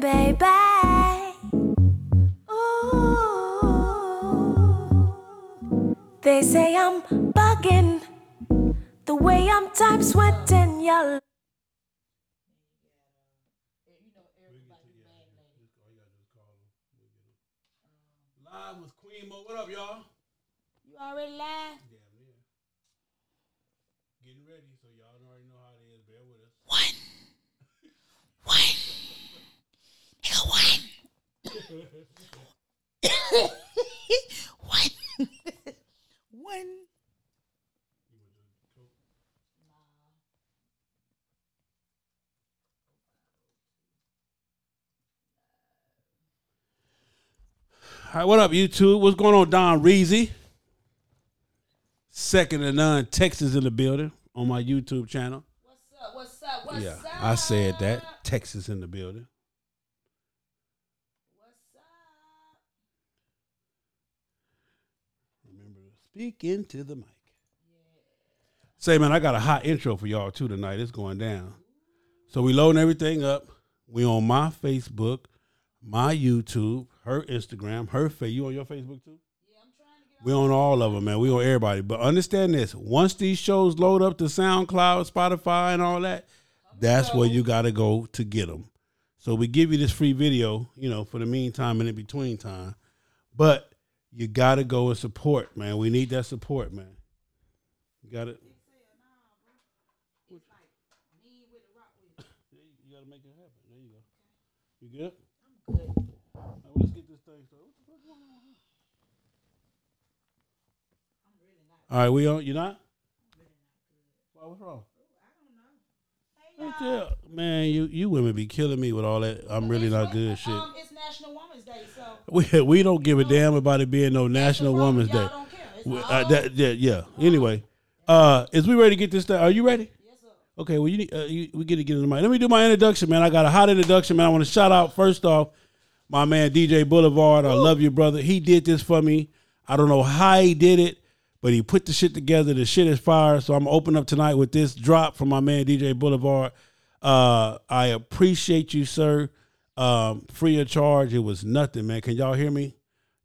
Baby. Ooh. They say I'm bugging the way I'm time sweating your Live with Queen Mo. What up, y'all? You already live? Damn near. Getting ready, so y'all already know how it is. Bear with us. One. One. Nigga, one. one. one. Hi, what up, YouTube? What's going on, Don Reezy? Second to none, Texas in the building on my YouTube channel. What's up? What's up? What's yeah, up? I said that. Texas in the building. What's up? Remember to speak into the mic. Say, man, I got a hot intro for y'all too tonight. It's going down. So we loading everything up. We on my Facebook, my YouTube, her Instagram, her face. You on your Facebook too? We on all of them, man. We on everybody. But understand this: once these shows load up to SoundCloud, Spotify, and all that, that's where you gotta go to get them. So we give you this free video, you know, for the meantime and in between time. But you gotta go and support, man. We need that support, man. You gotta. You gotta make it happen. There you go. You good? I'm good. let's get this thing started. What the fuck going on here? All right, we on. You not? Why? What's wrong? I don't know. Man, you you women be killing me with all that. I'm really not good shit. Um, it's National Women's Day, so We we don't give a damn about it being no National Y'all Women's Day. don't care. It's We- all- uh, that, yeah, yeah. Anyway, uh, is we ready to get this thing? Are you ready? yes, sir. Okay, well, you, need, uh, you we get to get into my. Let me do my introduction, man. I got a hot introduction, man. I want to shout out first off my man DJ Boulevard. I love you, brother. He did this for me. I don't know how he did it, but he put the shit together. The shit is fire. So I'm open up tonight with this drop from my man DJ Boulevard. Uh, I appreciate you, sir. Um, free of charge. It was nothing, man. Can y'all hear me?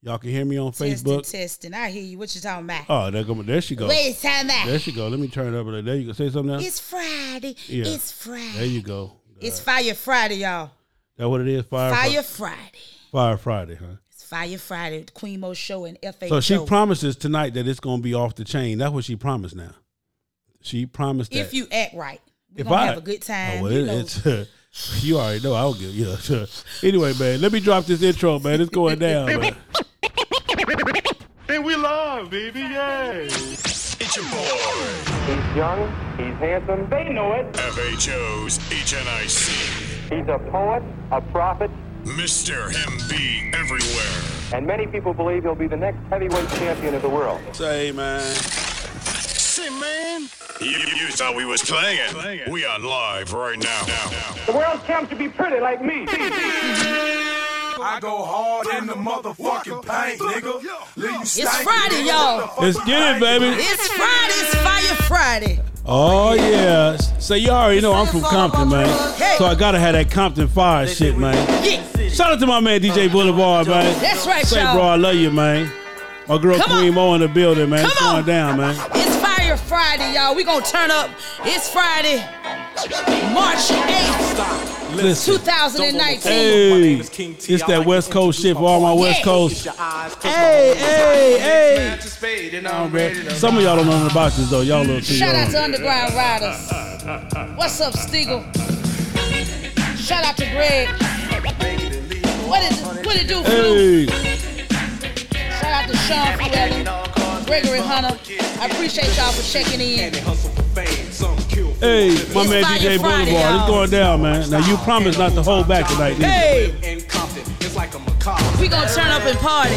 Y'all can hear me on Testing, Facebook. testing. I hear you. What you talking about? Oh, there, go, there she goes. Wait, it's time There out. she go. Let me turn it over there. There you go. Say something else. It's Friday. Yeah. It's There Friday. you go. It's Fire Friday, y'all. That what it is? Fire, Fire Friday. Fire Friday, huh? It's Fire Friday. The Queen Mo Show and FA So she Show. promises tonight that it's gonna be off the chain. That's what she promised. Now, she promised that if you act right, we're If going to I- have a good time. Oh, well, you it- know. it's, you already know. I'll give you. Yeah. anyway, man, let me drop this intro, man. It's going down. man. And we love, baby, yay! It's your boy, He's young, he's handsome, they know it. FHO's HNIC, He's a poet, a prophet, Mr. MB Everywhere. and many people believe he'll be the next heavyweight champion of the world. Say, man. Say, man, you, you thought we was playing. We on live right now. The world's come to be pretty like me. I go hard in the motherfucking paint, nigga. It's Friday, y'all. Let's get it, baby. It's Friday. It's Fire Friday. Oh yeah. So you already know I'm from Compton, man. So I gotta have that Compton fire shit, man. Yeah. Shout out to my man DJ Boulevard, man. That's right, Say, y'all. bro, I love you, man. My girl Come Queen on. Mo in the building, man. Come it's going on. down, man. It's Fire Friday, y'all. we going to turn up. It's Friday, March 8th, Listen. 2019. Hey, it's that West Coast shit for all my West Yeah. Coast. Hey, hey, hey. Some of y'all don't know nothing about this though. Y'all little too Shout out young. to Underground Riders. What's up, Stiegel? Shout out to Greg. What is what it do, Flu? Hey, Shout out to Sean Flellen, Gregory Hunter. I appreciate y'all for checking in. hey, my It's man Fire DJ Friday, Boulevard. It's y'all. going down, man. Now you promised not to hold back tonight. Neither. Hey, busted. It's like a macabre. We gonna turn up and party.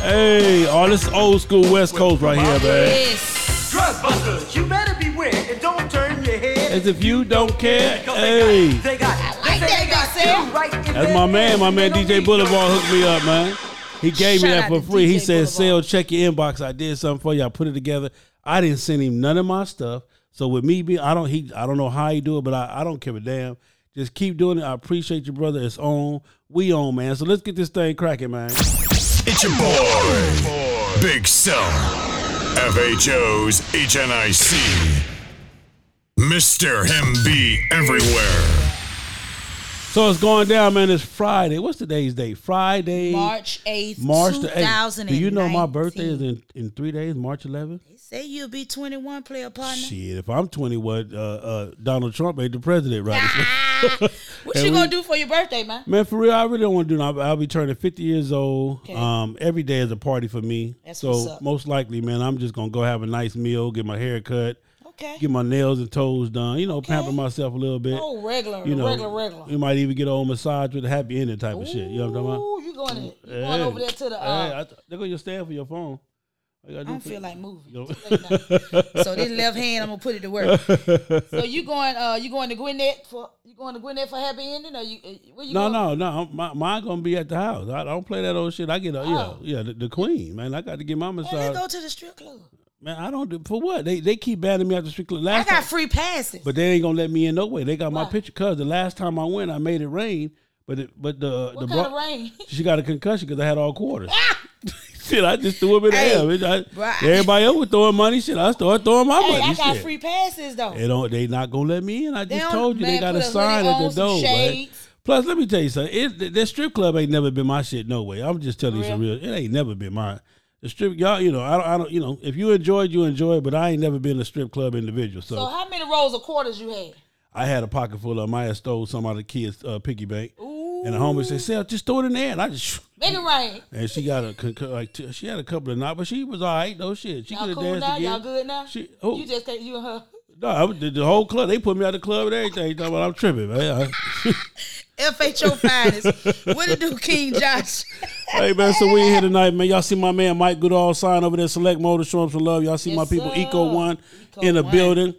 Hey, all this old school West Coast right here, man. Yes. Dressbusters, you better beware and don't turn your head. As if you don't care. Because Hey, they got, they got, I like that, Gazelle. right in that's their my man. My hands. man They don't DJ need Boulevard hooked me up, man. He gave me Shout that out for to free. He DJ said, "Sale, Boulevard." check your inbox. I did something for you. I put it together. I didn't send him none of my stuff. So with me being, I don't he, I don't know how he do it, but I, I don't give a damn. Just keep doing it. I appreciate you, brother. It's on. We on, man. So let's get this thing cracking, man. It's your boy, Big Cell. FHO's HNIC. Mr. Him Be Everywhere. So it's going down, man. It's Friday. What's today's date? Friday, March 8th, March the 8th. 2019. Do you know my birthday is in, in three days, March 11th? Say you'll be 21, player partner. Shit, if I'm 21, uh, uh, Donald Trump ain't the president, right? What And you we- gonna do for your birthday, man? Man, for real, I really don't want to do nothing. I'll, I'll be turning 50 years old. Um, every day is a party for me. That's so what's up. most likely, man, I'm just going to go have a nice meal, get my hair cut, Okay. get my nails and toes done, you know, pamper myself a little bit. Oh, regular, you know, regular, regular. You might even get an old massage with a happy ending type of shit. You know what I'm talking about? Ooh, you going, to, you going over there to the. Uh, Hey, I th- they gonna just stand for your phone. All you gotta I do don't for- feel like moving. Yo. It's late now. so this left hand, I'm gonna put it to work. so you going? Uh, you going to Gwinnett for? You going to Gwinnett for happy ending? Or you? uh, Where you No, going? no, no. I'm- My, mine gonna be at the house. I don't play that old shit. I get, a, Oh. yeah, yeah, the, the queen, man. I got to get my Man, let's go massage. to the strip club. Man, I don't do for what they they keep banning me out the street club. I Last got time, free passes. but they ain't gonna let me in no way. They got my Why? picture. Cause the last time I went, I made it rain. But it, but the what the kind bro- of rain? Ah! she got a concussion because I had all quarters. shit, I just threw them in the Hey, air. bitch. I- bruh. everybody else was throwing money. Shit, I started throwing my hey, money. I got shit. free passes though. They don't. They not gonna let me in. I They just don't- told you they man, got put a hoodie sign at on, the some door. man. shades. Plus, let me tell you something. It, th- that strip club ain't never been my shit. No way. I'm just telling you some real. It ain't never been mine. The strip, y'all. You know, I don't. I don't. You know, if you enjoyed, you enjoyed. But I ain't never been a strip club individual. So, So how many rolls of quarters you had? I had a pocket full of. them. I had stole some out of the kids' uh, piggy bank. And the homie said, "Sell, just throw it in there." And I just. Make it rain. And she got a con- con- like t- she had a couple of knocks, but she was all right. No shit, she could Y'all have cool danced now? again. Y'all good now? She- oh. who? You just can't. You and her. No, I, was- the, the whole club. They put me out of the club and everything. You know what? I'm tripping, man. I- FHO finest. what it do, King Josh? Hey man, so we in here tonight, man. Y'all see my man Mike Goodall sign over there, Select Motor, show him some love. Y'all see Yes, my people, sir. Eco One, Eco in the One. building.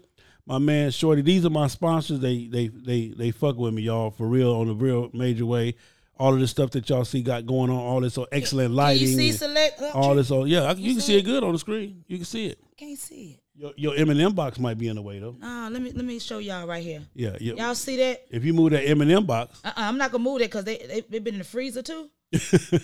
My man Shorty. These are my sponsors. They they they they fuck with me, y'all, for real, on a real major way. All of the stuff that y'all see got going on, all this so excellent Can lighting, you see and select? Oh, all this. Oh yeah, I, you, can see see it? it? good on the screen. You can see it. Can't see it. Your, your M&M box might be in the way though. Oh, let me let me show y'all right here. Yeah, yeah. Y'all see that? if you move that M&M box, Uh-uh, I'm not gonna move that because they they they been in the freezer too.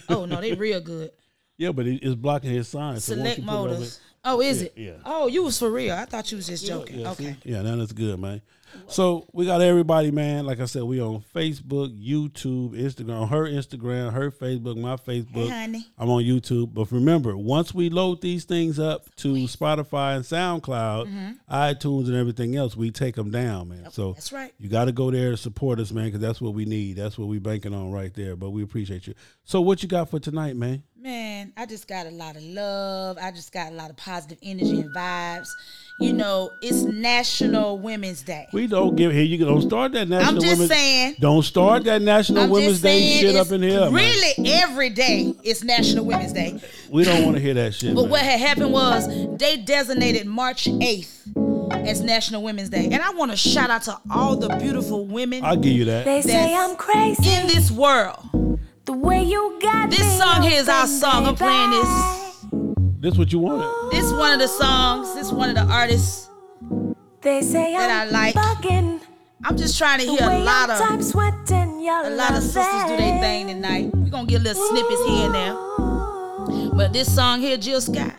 oh no, they real good. yeah, but it, it's blocking his sign. so once Select you put it over- motors. Oh, is it? yeah. Oh, you was for real. I thought you was just joking. okay. Yeah, that is good, man. So we got everybody, man. Like I said, we on Facebook, YouTube, Instagram, her Instagram, her Facebook, my Facebook. Hey, honey. I'm on YouTube. But remember, once we load these things up to Spotify and SoundCloud, iTunes and everything else, we take them down, man. so Mm-hmm. that's right. You got to go there to support us, man, because that's what we need. That's what we banking on right there. But we appreciate you. So what you got for tonight, man? Man, I just got a lot of love. I just got a lot of positive energy and vibes. You know, it's National Women's Day. We don't give here. You don't start that national. just Women's- saying. Don't start that National I'm Women's just saying, Day shit up it's in here. man. Really, every day is National Women's Day. We don't want to hear that shit. But man. what had happened was they designated March 8th as National Women's Day. And I want to shout out to all the beautiful women I'll give you that. They say That's I'm crazy. in this world. The way you got This me song here is our open, song. I'm playing this. baby. This what you wanted. This one of the songs, this one of the artists. They say that I'm I like. bugging. I'm just trying to The hear a way lot I'm of time sweating your a lot of sisters do their thing tonight. We're gonna get little snippets here and there. But this song here, Jill Scott.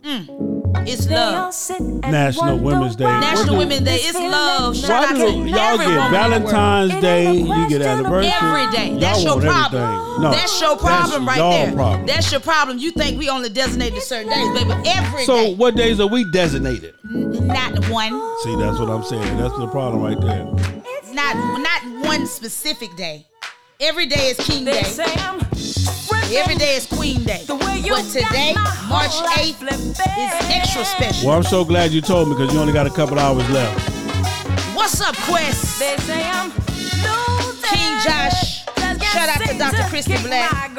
Mm, it's They all love. sit and National wonder Women's Day. why National Why do- Women's Day, this it's feeling love. is Shout Why out do to nothing every y'all woman in the get world. Valentine's It ain't Day? a You get question anniversary. of- Every day. Y'all That's your want problem. everything. No, that's your problem that's right y'all there. problem. That's your problem. You think we only designated certain days, baby. Every So day. what days are we designated? Not one. See, that's what I'm saying. That's the problem right there. Not not one specific day. Every day is King Day. They say I'm Every day is Queen Day. The way you But today, got my March whole life 8th, is flipping. extra special. Well, I'm so glad you told me because you only got a couple hours left. What's up, Quest? They say I'm losing. King Josh. Just get Shout out to sick Dr. Mr. Black.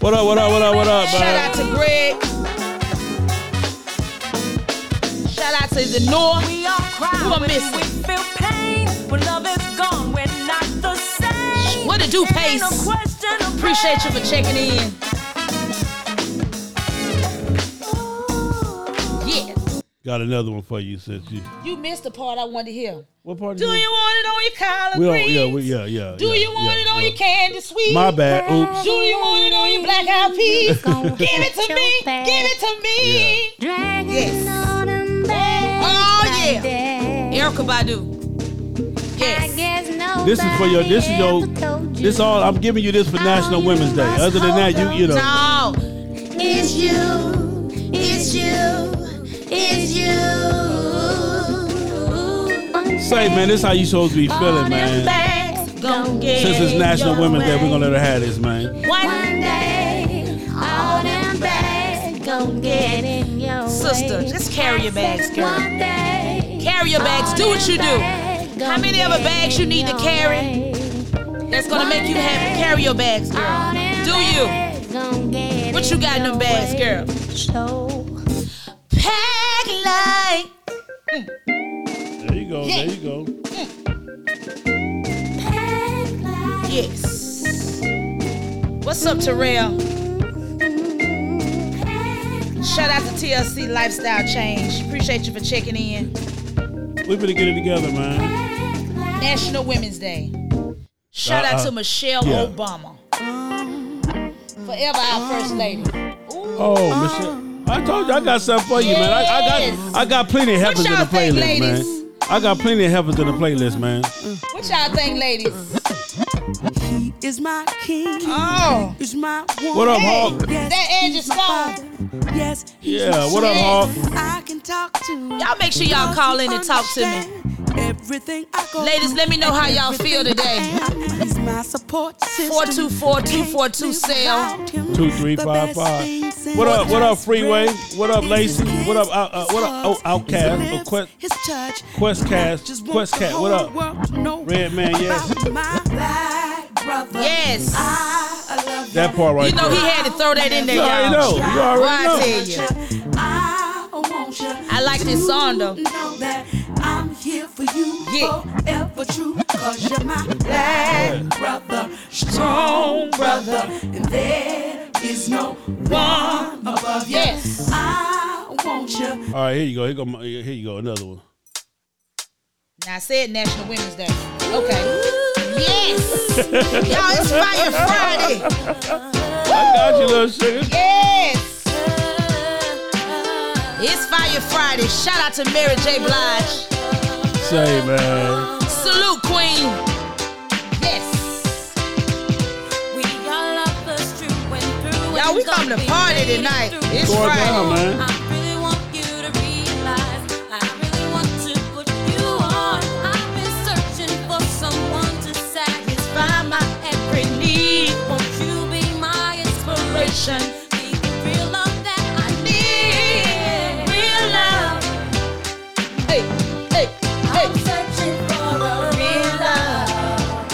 What up, what up, what up, what up, Shout man? out to Greg. Shout out to the North. We all cry Who I when missing? we feel pain. When love is gone, we're not the same. What a do, Ain't Pace. no question of Appreciate you for checking in. Yeah. Got another one for you, since you. You missed the part I wanted to hear. What part? Do you want it on your collard We don't, greens? yeah, we, yeah, yeah. Do yeah, you want yeah, it on yeah. your candy sweet? My bad. Oops. Do you want it on your black eyed peas? Give it to me. Give it to me. Dragging Yes. on and back Oh, yeah. like that. Erica Badu. I Yes. guess nobody This is for your. This is your. ever told you This all. I'm giving you this for National Women's Day. Other than that, you you know. No. It's you, it's you, it's you. Say, man, this how you supposed to be feeling, man. Don't get Since it's it National your Women's Day, we're way. gonna let her have this, man. One day, all them bags gon' get in your sister, way. just carry your bags, girl. One day, Carry your bags. Do what you do. do. How many other bags you need to carry? That's gonna make you happy. Carry your bags, girl. Do you? you? What you got in them bags, girl? So Pack like There you go. There you go. pack like Hmm. yes. What's up, Terrell? Shout out to TLC Lifestyle Change. Appreciate you for checking in. We better get it together, man. National Women's Day. Shout out Uh, uh, to Michelle yeah. Obama. Forever our first lady. Oh, Michelle. I told you I got something for you, man. I, I Yes. got I got plenty of heifers in the y'all think, playlist, ladies? man. I got plenty of heifers in the playlist, man. What y'all think, ladies? Is my king, Oh, is my one. What up, Hawk? Yes, That edge he's is my gone. father. Yes, he's Yeah, my what up, son. Hawk? I can talk to him Y'all make sure y'all because call he in and talk to me. understand Everything I go Ladies, through, let me know how y'all feel everything today. I am. He's my support system. 424-242 Can't live sale. without him. Two, three, The five, best five. things in What up? What up, life Freeway? is What up, his Lacey? kiss, What up, uh, uh, his what up, oh, hugs, Outcast, his or lips, Quest- His touch. Questcast, Just want the Questcat, whole what up? world to know Red Man, yes. about my black brother. yes. I love you. That part right You know there. he had to throw that in there, You already y'all. know. You already Well, I know. tell you. I want you. I like this song, though. to Know that I'm here for you. Yeah. Forever true. Cause you're my black brother. Strong brother. And there is no one above you. Yes. I want you. All right, here you go. Here go. my- Here you go. Another one. Now I said National Women's Day. Okay. Yes. Y'all, it's Fire Friday. I got you, little sugar. Yes. It's Fire Friday. Shout out to Mary J. Blige. Say, man. Salute, Queen. Yes. we all love us through and through. Y'all, we come to party tonight. It's Going down, Friday. man. I really want you to realize. I really want to put you on. I've been searching for someone to satisfy my every need. Won't you be my inspiration? Be the real love that I need. Real love. Hey, hey, I'm hey. searching for a real love.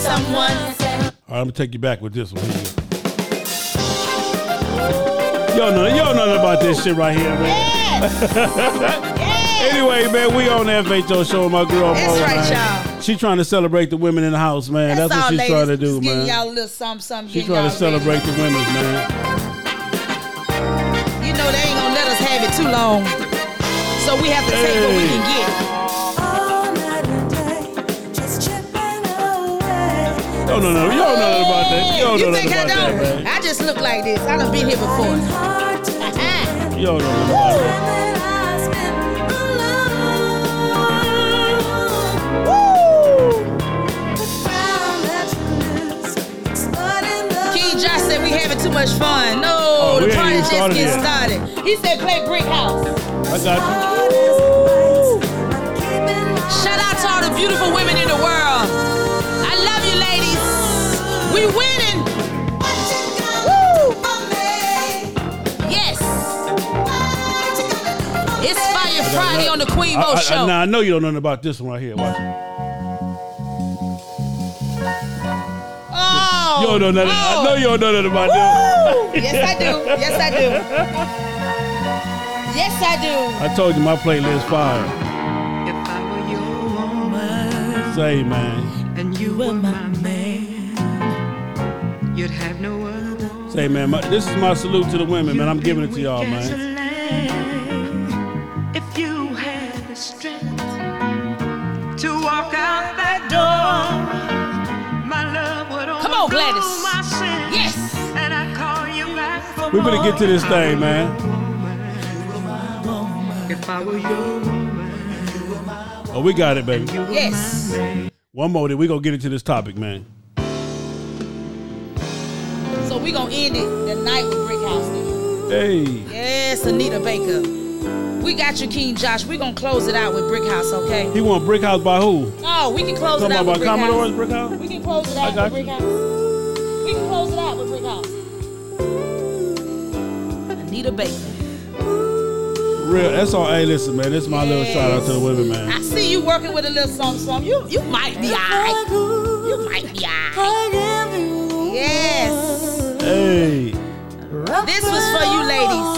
Someone that All right, I'm gonna take you back with this one. Here you go. Y'all know, y'all know nothing about this shit right here, man. Yes. Yes. Anyway, man, we on the FHO show. My girl, That's Mo, right, man. y'all. She trying to celebrate the women in the house, man. That's, all, what she's ladies. trying to do, Just Giving man. y'all a little something, something. She's getting trying to y'all celebrate ready. the women, man. You know they ain't gonna let us have it too long. So we have to take what we Hey. can get. All night and day. Just chipping away. Y'all know, nothing- y'all know nothing about that. Y'all know you nothing think I about don't? that, man. I just look like this. I done been here before. It's hard to Ah, Y'all know nothing about that. that I spend alone. King Josh said we having too much fun. No, Oh, we the ain't party even just started getting yet. started. He said play Brick House. I got you. Shout out to all the beautiful women in the world. I love you, ladies. We winning. Yes. It's Fire Friday on the Queen I, Mo I- I- Show. now I know you don't know nothing about this one right here. Watch it. Oh, Oh. You don't know nothing. I Oh. know you don't know nothing about that. Yes, I do. Yes, I do. Yes, I do. I told you my playlist fire. Say, man. And you were my man. You'd have no other. Say, man. My, this is my salute to the women, man. I'm giving it to y'all, man. If you had the strength to walk out that door, my love would Come on, overthrow Gladys. my sins. Yes. And I'd call you back for We better get to this thing, man. If I were you, Oh, we got it, baby. Yes. One more, then we gonna get into this topic, man. So we gonna end it the night with Brick House. Nigga. Hey. Yes, Anita Baker. We got you, King Josh. We gonna close it out with Brick House, okay? He want brick house by who? Oh, we can close Talking it out about with Brick Commodore's House. Brick House? We can close it I out got with Brick House. We can close it out with Brick House. Anita Baker. Real. That's all. Hey, listen, man. This is my little shout out to the women, man. I see you working with a little something, something. You you might be alright. You might be alright. Yes. Hey. This was for you ladies.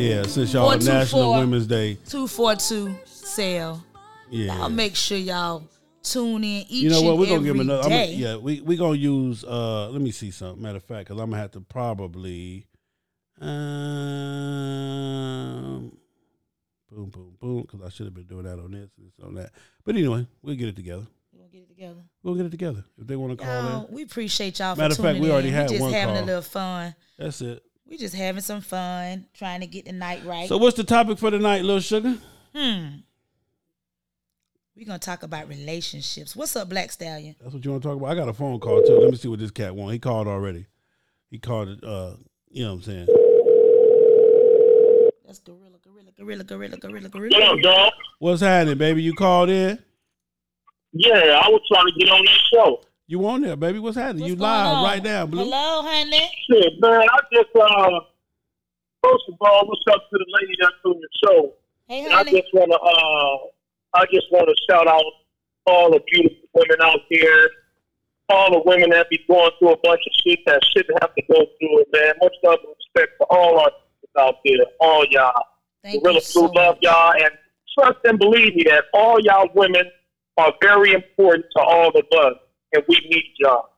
Yeah. Since y'all Four two National four. Women's Day. 242 sale. Yeah. I'll make sure y'all tune in each you know what? and We're gonna give him every another. I'm gonna- day. yeah, we we gonna use. uh Let me see something. Matter of fact, because I'm gonna have to probably. Um, boom, boom, boom. Because I should have been doing that on this and this on that. But anyway, we'll get it together. We'll get it together. We'll get it together if they want to call Y'all, in. Uh, we appreciate y'all for Matter of fact, tuning we already in. had we just one having call. a little fun. That's it. We just having some fun, trying to get the night right. So what's the topic for tonight, little sugar? Hmm. We're gonna talk about relationships. What's up, Black Stallion? That's what you want to talk about. I got a phone call too. Let me see what this cat want. He called already. He called it. Uh, you know what I'm saying? That's gorilla, gorilla, gorilla, gorilla, gorilla, gorilla. dog? What's happening, baby? You called in. Yeah, I was trying to get on this show. You on there, baby? What's happening? you What's going live on? right now, blue. Hello, honey. Shit, man, I just, uh, first of all, what's up to the lady that's doing the show? Hey, And I honey. just want to, uh, I just want to shout out all the beautiful women out there, all the women that be going through a bunch of shit that shouldn't have to go through it, man. Much love and respect for all our sisters out there, all y'all. Thank really you so do love much. y'all, and trust and believe me that all y'all women are very important to all of us, and we need y'all.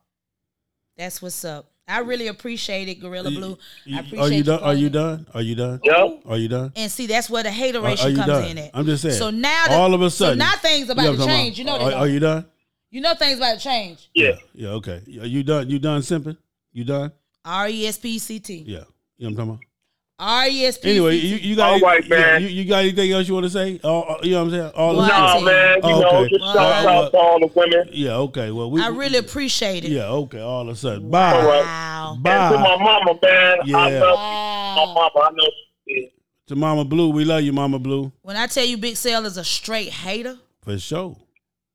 That's what's up. I really appreciate it, Gorilla Blue. I appreciate Are you done? Are calling you in. done? Are you done? Yep. Are you done? And see, that's where the Are, hateration are you comes done? in at. I'm just saying. So now, the, all of a sudden, so now things about you know to what I'm talking change. You know, about. they Are, gonna- are you done? you know things about to change. Yeah. Yeah. Okay. Are you done? You done simping? You done? R E S P C T. Yeah. You know what I'm talking about. R E S P. Anyway, you, you got All any- right, man. You, you got anything else you want to say? Oh, you know what I'm saying? All What? No, Auntie. man, you Oh, know, okay. just shout Well, out to all the women. Yeah. Okay. Well, we. I really appreciate it. Yeah. Okay. All of a sudden. All Bye. right. Wow. And to my Bye. mama, man, I Yeah. love my Wow. mama. I know she is. To Mama Blue, we love you, Mama Blue, When I tell you Big Sale is a straight hater, for sure.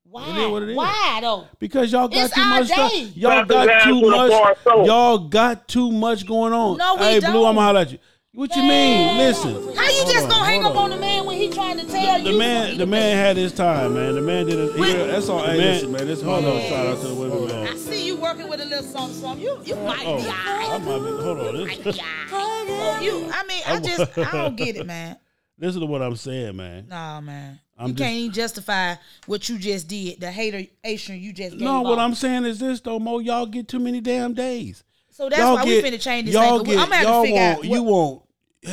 why? It is what it is. Why though? Because y'all got It's too our much stuff. day. Y'all Clap his got ass too with a bar much. of soap. Y'all got too much going on. No, we hey, Blue, don't. I'm gonna holler at you. What you mean? Man. Listen. How you just Hold gonna hang hold up on the man when he trying to tell the you? man, the man had his time, man. The man did it. Wait. That's all. Hey, listen, man. This hold on. Shout out to the women, I man. see you working with a little something, something. You you might Oh, be I alright. might be. Hold on. This, So you, I mean, I just I don't get it, man. this is what I'm saying, man. Nah, man. I'm you just- can't even justify what you just did. The hateration you just gave No, what off. I'm saying is this though, Mo. Y'all get too many damn days. So that's y'all why get, we finna change this y'all angle. Get, I'm gonna have y'all to figure want, out. You what-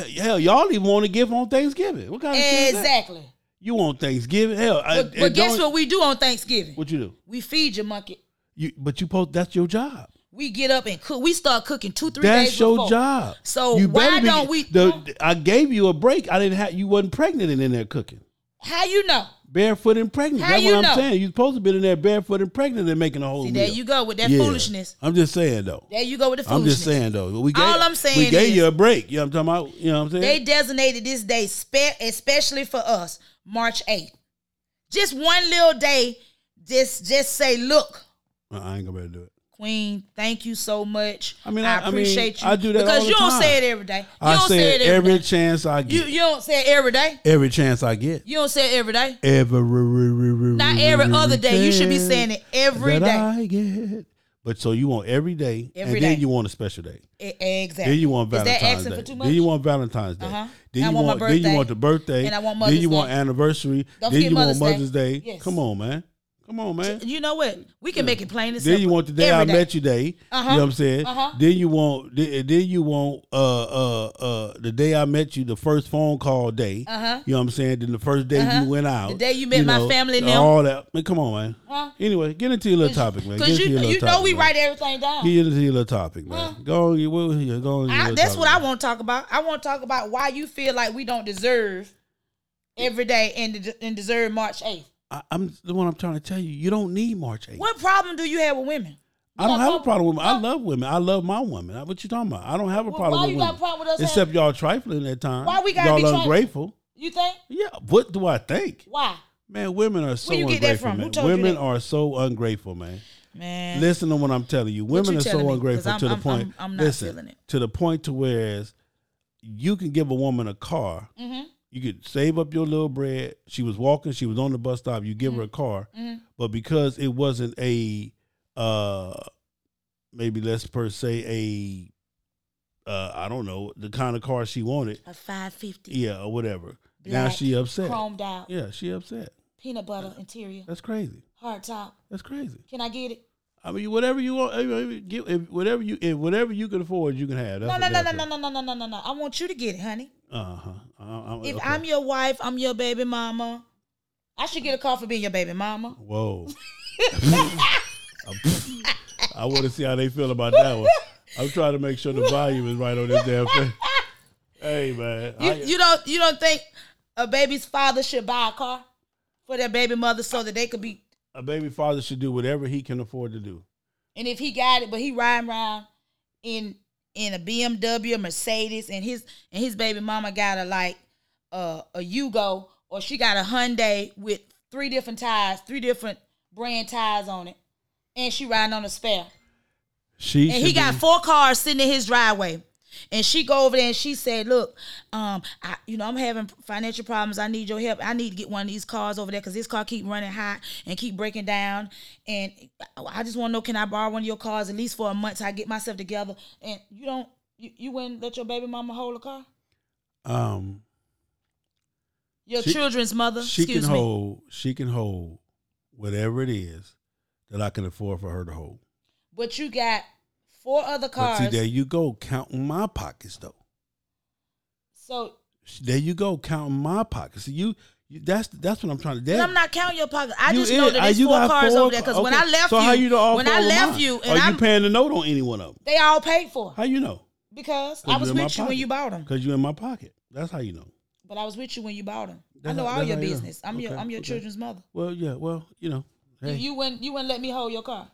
want hell? Y'all even want to give on Thanksgiving? What kind of shit is that? exactly. You want Thanksgiving? Hell, I- But, I but guess don't- what we do on Thanksgiving? What you do? We feed your monkey. You but you post. That's your job. We get up and cook. We start cooking two, three that's days your before. job. So you why better be- don't we? The, I gave you a break. I didn't have. You wasn't pregnant and in there cooking. how you know? Barefoot and pregnant. How That's you what I'm know? saying. You supposed to be in there barefoot and pregnant and making a whole See, meal. there you go with that Yeah. foolishness. I'm just saying though. There you go with the I'm foolishness. just saying though. We gave, All I'm saying we gave is- you a break. You know what I'm talking about? You know what I'm saying? They designated this day spe- especially for us, March 8th. Just one little day. Just just say, look, Uh, I ain't gonna be able to do it. Queen, thank you so much. I mean, I- I mean, appreciate I you. do that because all the you don't time. say it every day. You I don't say, it every every day. chance I get. You you don't say it every day. every chance I get. You don't say it every day. Every Not every other day. You should be saying it every that day. I get But so you want every day, Every and then day. you want a special day. E- Exactly. Then you want Is that Valentine's asking Day. for too much? Then you want Valentine's Day. Uh-huh. Then I you want my want, then you birthday. want the birthday. And I want then you Mother's want Day. anniversary. then Don't forget you want Mother's Mother's Day. Day. Yes. Come on, man. Come on, man. You know what? We can make it plain and Then simple. you want the day Every I met you day. Uh-huh. You know what I'm saying? Uh-huh. Then you want then then you want uh uh uh the day I met you, the first phone call day. Uh-huh. You know what I'm saying? Then the first day Uh-huh. you went out. The day you met my family and them. All that. Man, come on, man. Huh? Anyway, get into your little topic, man. Get Because into you, your little you topic, know we man. write everything down. Get into your little topic, man. Go on, you go on. your I, little that's topic, what man. I want to talk about. I want to talk about why you feel like we don't deserve every day and, de- and deserve March 8th. I, I'm the one I'm trying to tell you. You don't need March 8th. What problem do you have with women? I don't have a problem with women. I love women. I love my woman. I- What you talking about? I don't have a Well, problem why with you got women. a problem with us Except y'all trifling at times. Why we gotta y'all be trifling? ungrateful. You think? Yeah. What do I think? Why? Man, women are so you get that ungrateful, from? Who man. told you Women that? are so ungrateful, man. Man. Listen to what I'm telling you. What Women you are telling so me? 'Cause ungrateful I'm- to the I'm- point. I'm- I'm not listen, feeling it. To the point to where you can give a woman a car. Mhm. You could save up your little bread. She was walking. She was on the bus stop. You give her a car, Mhm. but because it wasn't a, uh, maybe let's per se a, uh, I don't know the kind of car she wanted. A 550. Yeah, or whatever. now Black, she upset. chromed out. Yeah, she upset. Peanut butter interior. That's crazy. Hard top. That's crazy. Can I get it? I mean, whatever you want, I mean, give- if- whatever you if whatever you can afford, you can have. No, no, no, no, no, no, no, no, no, no, no. I want you to get it, honey. Uh huh. If I'm your wife, I'm your baby mama. I should get a call for being your baby mama. Whoa. I want to see how they feel about that one. I'm trying to make sure the volume is right on this damn thing. Hey man, You, I- you don't you don't think a baby's father should buy a car for their baby mother so that they could be a baby father should do whatever he can afford to do. and if he got it, but he riding around in in a BMW, a Mercedes, and his and his baby mama got a like uh, a Yugo or she got a Hyundai with three different tires, three different brand tires on it, and she riding on a spare. She and he should got be- four cars sitting in his driveway. And she go over there and she said, "Look, um, I, you know, I'm having financial problems. I need your help. I need to get one of these cars over there because this car keep running hot and keep breaking down. And I- I just want to know, can I borrow one of your cars at least for a month so I get myself together? And you don't, you, you wouldn't let your baby mama hold a car? um Your She- children's mother? She excuse can me. hold. She can hold whatever it is that I can afford for her to hold. But you got four other But cars. see, there you go, counting my pockets though. so There you go, counting my pockets. See, you, you that's that's what I'm trying to. But That, I'm not counting your pockets. I you just is. know that Ah, there's you four got cars four over there because ca- when I okay. left so you, how you know all when four I were left mine? you, are and you I'm, paying the note on any one of them? they all paid for How you know? because I was with you when you bought them. Because you in my pocket. That's how you know. But I was with you when you bought them. I That's know how- all that's your how you know. business. I'm your Okay, I'm your okay. children's mother. Well, yeah. Well, you know. You Hey, You wouldn't you wouldn't let me hold your car.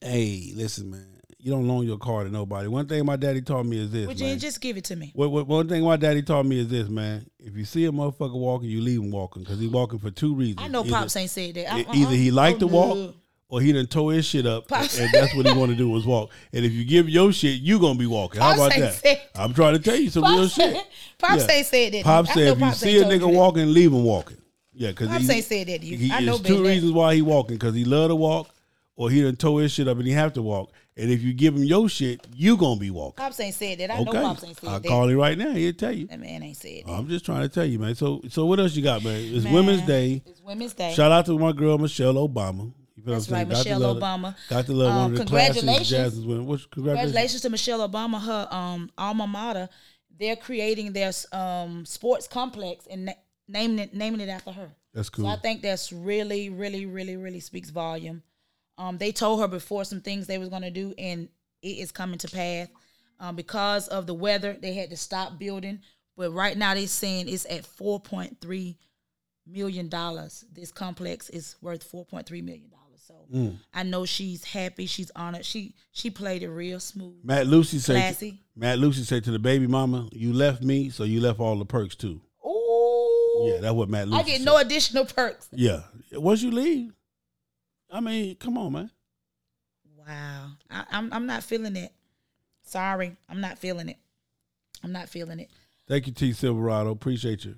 hey, listen, man. You don't loan your car to nobody. One thing my daddy taught me is this, Would you man. just give it to me? What, what, one thing my daddy taught me is this, man. If you see a motherfucker walking, you leave him walking because he's walking for two reasons. I know E- Either- pops ain't said that. I- e- uh-uh. Either he liked Oh, to walk no. or he done tore his shit up, and, Pops- and that's what he want to do was walk. And if you give your shit, you gonna be walking. How Pops about ain't that? said- I'm trying to tell you some real Pops, shit. pops Yeah. ain't said that. Pops I said know if you pops see ain't a told you nigga that. walking, leave him walking. Yeah, because Pops ain't said that to you. He, I know it's better two than- reasons why he walking because he love to walk or he done tore his shit up and he have to walk. And if you give him your shit, you gonna be walking. Pops ain't said that. I know Okay, pops ain't said I'll that. call him right now. He'll tell you. That man ain't said that. I'm just trying to tell you, man. So, so what else you got, man? It's Women's Man, Day. It's Women's Day. Shout out to my girl Michelle Obama. You feel That's what I'm saying? right, Got to Michelle love- Obama. Got to love Um, one of the congratulations. classiest jazz women. Which, congratulations. Congratulations to Michelle Obama, her um, alma mater. They're creating their um, sports complex and na- naming it, naming it after her. That's So I cool. think that's really, really, really, really speaks volume. Um, they told her before some things they was going to do, and it is coming to pass. Um, because of the weather, they had to stop building. But right now, they're saying it's at four point three million dollars. This complex is worth four point three million dollars. So Mm. I know she's happy. She's honored. She she played it real smooth. Matt Lucy said. classy. Matt Lucy said to the baby mama, "You left me, so you left all the perks too." Ooh, Yeah, that's what Matt Lucy. I get no additional perks. said. Yeah, once you leave, I mean, come on, man. Wow, I, I'm I'm not feeling it. Sorry, I'm not feeling it. I'm not feeling it. Thank you, T. Silverado. Appreciate you.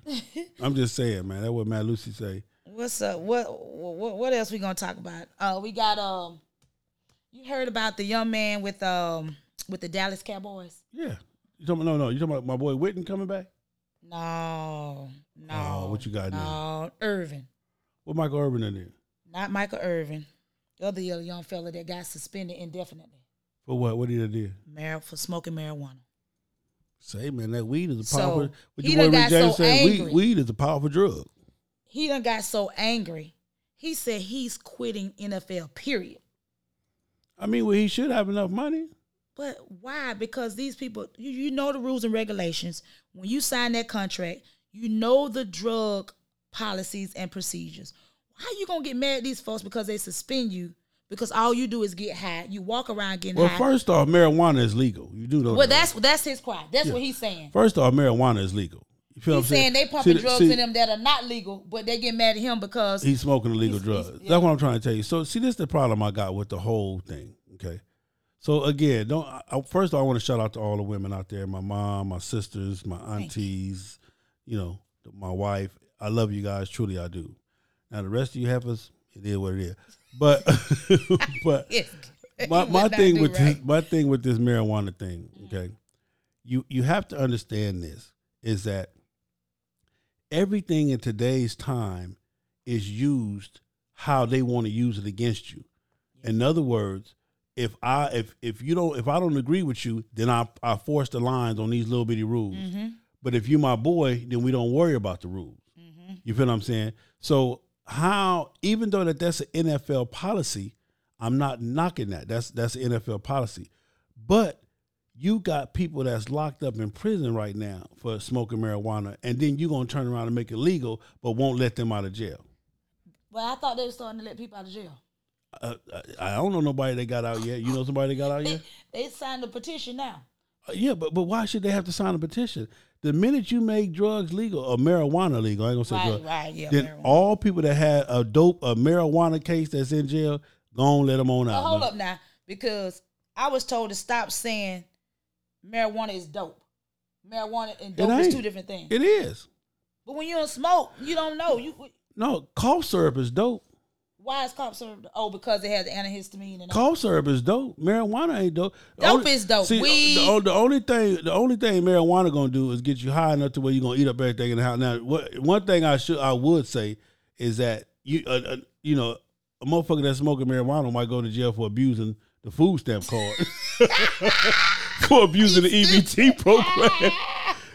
I'm just saying, man. That's what Matt Lucy say. What's up? What what what else we gonna talk about? Uh, we got um You heard about the young man with um with the Dallas Cowboys? Yeah. You talking? No, no. You talking about my boy Witten coming back? No, no. Oh, what you got now? No, Irvin, What Michael Irvin in there not Michael Irvin. The other young young fella that got suspended indefinitely, for what? What did he do? mar- for smoking marijuana. Say man, that weed is a So, powerful. what he your done boy got Rick James so said, weed, angry. weed is a powerful drug. He done got so angry. He said he's quitting NFL. Period. I mean, well, he should have enough money. But why? Because these people, you, you know the rules and regulations. When you sign that contract, you know the drug policies and procedures. How you gonna get mad at these folks because they suspend you? Because all you do is get high. You walk around getting Well, high. first off, marijuana is legal. You do know. well, that. that's that's his cry. That's Yeah. what he's saying. first off, marijuana is legal. You feel he's what I'm saying, they pumping See, drugs see, in them that are not legal, but they get mad at him because He's smoking illegal drugs. That's what I'm trying to tell you. So, see, this is the problem I got with the whole thing. Okay. So again, don't. I, I- first of all, I want to shout out to all the women out there. My mom, my sisters, my aunties, you know, my wife. I love you guys. Truly, I do. Now the rest of you heifers, it is what it is. But, but my, Would my not thing do with right. Mm. this, my thing with this marijuana thing. Okay, you you have to understand this is that everything in today's time is used how they want to use it against you. In other words, if I if if you don't if I don't agree with you, then I I force the lines on these little bitty rules. Mm-hmm. But if you my boy, then we don't worry about the rules. You feel what I'm saying? So how even though that that's an NFL policy, I'm not knocking that. That's that's an NFL policy. But you got people that's locked up in prison right now for smoking marijuana, and then you're gonna turn around and make it legal, but won't let them out of jail. But I thought they were starting to let people out of jail. Uh, I, I don't know nobody that got out yet. You know somebody that got out yet? They signed a petition now. Uh, yeah, but but why should they have to sign a petition? The minute you make drugs legal or marijuana legal, I ain't gonna say Right, drugs, right, yeah, then marijuana. all people that had a dope a marijuana case that's in jail, go and let them on But out. hold man. up now, because I was told to stop saying marijuana is dope. Marijuana and It dope is ain't. two different things. It is But when you don't smoke, you don't know. You no cough syrup is dope. why is cough syrup? Oh, because it has antihistamine and all. Cough syrup is dope. Marijuana ain't dope. The Dope is dope. See, Weed- The, o- the only thing, the only thing marijuana gonna do is get you high enough to where you are gonna eat up everything in the house. Now, what one thing I should, I would say is that you, uh, uh, you know, a motherfucker that's smoking marijuana might go to jail for abusing the food stamp card, for abusing the EBT program.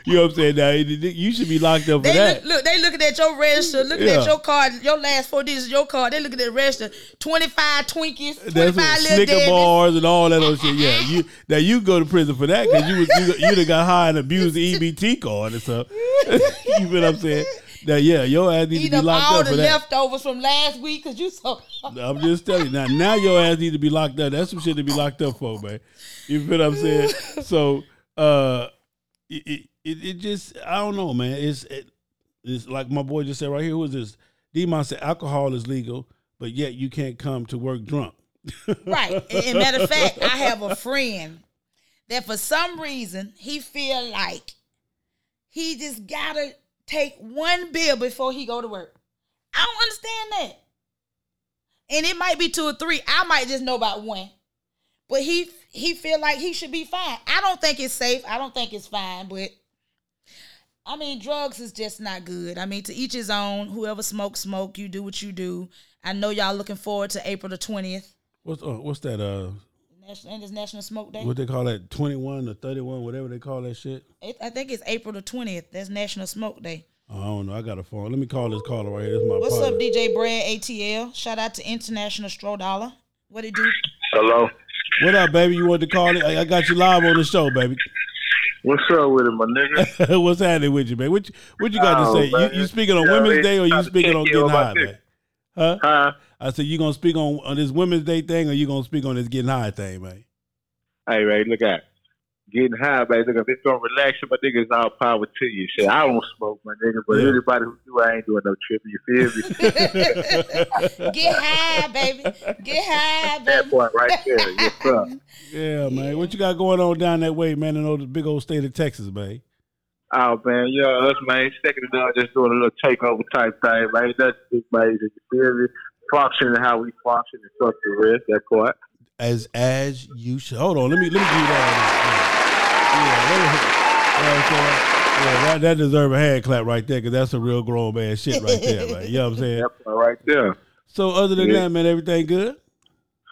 you know what I'm saying? Now, it- it- you should be locked up for They that. look, look, they looking at your register, looking Yeah. at your card, your last four digits of your card. They looking at the register, twenty five Twinkies, twenty That's five what, little Snicker Debbie. bars and all that other shit. Yeah, you now you go to prison for that because you was you you'd have got high and abused the EBT card and stuff. you feel what I'm saying? Now, yeah, your ass need to Eat be up all locked up the for that. leftovers from last week because you so. I'm just telling you now. Now your ass need to be locked up. That's some shit to be locked up for, man. You feel what I'm saying? So, uh, it it, it, it just I don't know, man. It's it, it's like my boy just said right here. Who is this? Demon said alcohol is legal, but yet you can't come to work drunk. Right. And, and matter of fact, I have a friend that for some reason he feel like he just gotta take one bill before he go to work. I don't understand that. And it might be two or three. I might just know about one. But he he feel like he should be fine. I don't think it's safe. I don't think it's fine, but I mean, drugs is just not good. I mean, to each his own. Whoever smokes, smoke. You do what you do. I know y'all looking forward to April the twentieth. What's uh, what's that? Uh, National, and it's National Smoke Day. what they call that 21 or 31 whatever they call that shit It- I think it's April the twentieth. That's National Smoke Day. oh, i don't know i got a phone let me call this caller right here this is my What's partner. up, DJ Brad ATL? Shout out to International Stro Dollar. What it do? Hello. what up baby you want to call it i I got you live on the show baby What's up with it, my nigga? what's happening with you man what you, what you got Oh, to say you, man. you speaking on Yeah, women's man, day or I you speaking can't on get getting on my high dick. man huh? i said you gonna speak on, on this women's day thing or you gonna speak on this getting high thing man Hey, right, look at getting high, baby. Look, if it's gonna relax you, my nigga, it's all power to you. Shit, I don't smoke, my nigga, but Yeah. anybody who do, I ain't doing no tripping. You feel me? Get high, baby. Get high, that baby. part right there. Yes, sir. yeah man what you got going on down that way man in the big old state of texas man Oh man, yeah, us man, second it up, just doing a little takeover type thing, man. That's big major. You feel me? Functioning how we function and such the rest. That part. as as you should. Hold on, let me let me do that. Yeah, yeah, let me- you know what I'm saying? yeah that, that deserves a hand clap right there because that's a real grown man shit right there. Like, you know what I'm saying? right there. So other than Yeah. that, man, everything good.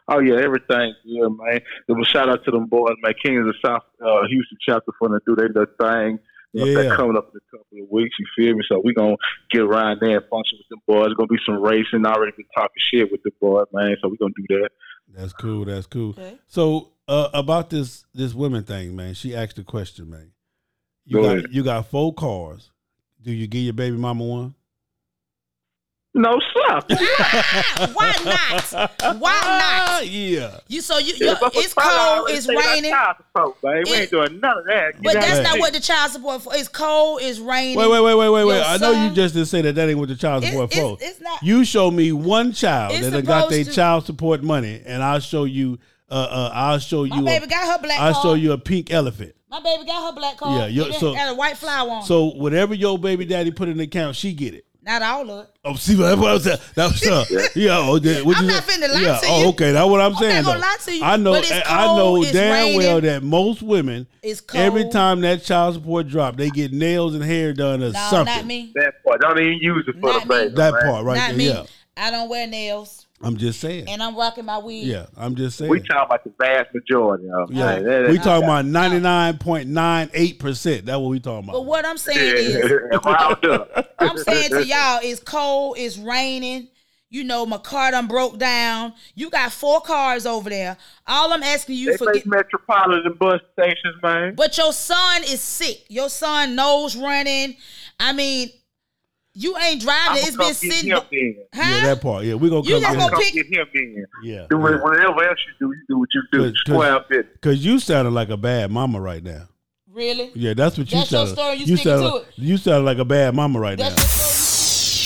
Oh yeah, everything good, man. Well, shout out to them boys, man. Kings of South uh, Houston chapter for them do their little thing. You know, Yeah. That coming up in a couple of weeks, you feel me? So we gonna get around there and function with them boys. Gonna be some racing. I already been talking shit with the boys, man. So we gonna do that. That's cool. That's cool. So uh, about this this women thing, man. She asked a question, man. You Go got ahead. you got four cars. Do you give your baby mama one? No sir. Why not? Why not? yeah. You so you, you it's cold, it's raining. man. We It- ain't doing none of that. Get But out that's of not here. what the child support for. It's cold, it's raining. Wait, wait, wait, wait, wait, wait. Your I know you son- just didn't say that. That ain't what the child It- support it's- for. it's not- You show me one child It's that done got supposed their to- child support money, and I'll show you. Uh, uh, I'll show My you. baby a, got her black I'll card. show you a pink elephant. My baby got her black card. Yeah, your- and it so- had a white flower on. it. So whatever your baby daddy put in the account, she get it. not all of it. Oh, see, that's what I'm saying. That's uh, yeah. Oh, that, what I'm you not say? finna lie yeah. to oh, you. okay. That's what I'm I'm saying. not gonna though. lie to you, I know. eh, but it's I I know cold, it's damn well raining. that most women, It's every cold. time that child support drop, they get nails and hair done or No, something. not me. That part. Don't even use it for Not the me. baby. That man. part right not there. me. Yeah. I don't wear nails, I'm just saying. and I'm rocking my wig. Yeah, I'm just saying. We talking about the vast majority of them. yeah, man. That- we that- talking about ninety nine point nine eight percent. That's what we talking But about. what I'm saying is, Round up. I'm saying to y'all, it's cold, it's raining. You know, my car done broke down. You got four cars over there. All I'm asking you They for, make metropolitan bus stations, man. but your son is sick. Your son nose running. I mean, you ain't driving. I'ma it's come been get sitting. him then. Huh? Yeah, that part. Yeah, we gonna You come just get gonna it. Come pick- get him then. Yeah, Do what- whatever else you do, you do what you do. Square up it. because you sounded like a bad mama right now. Really? Yeah, that's what you That's your sounded. story, you sticking sounded to like, you sounded like a bad mama right now.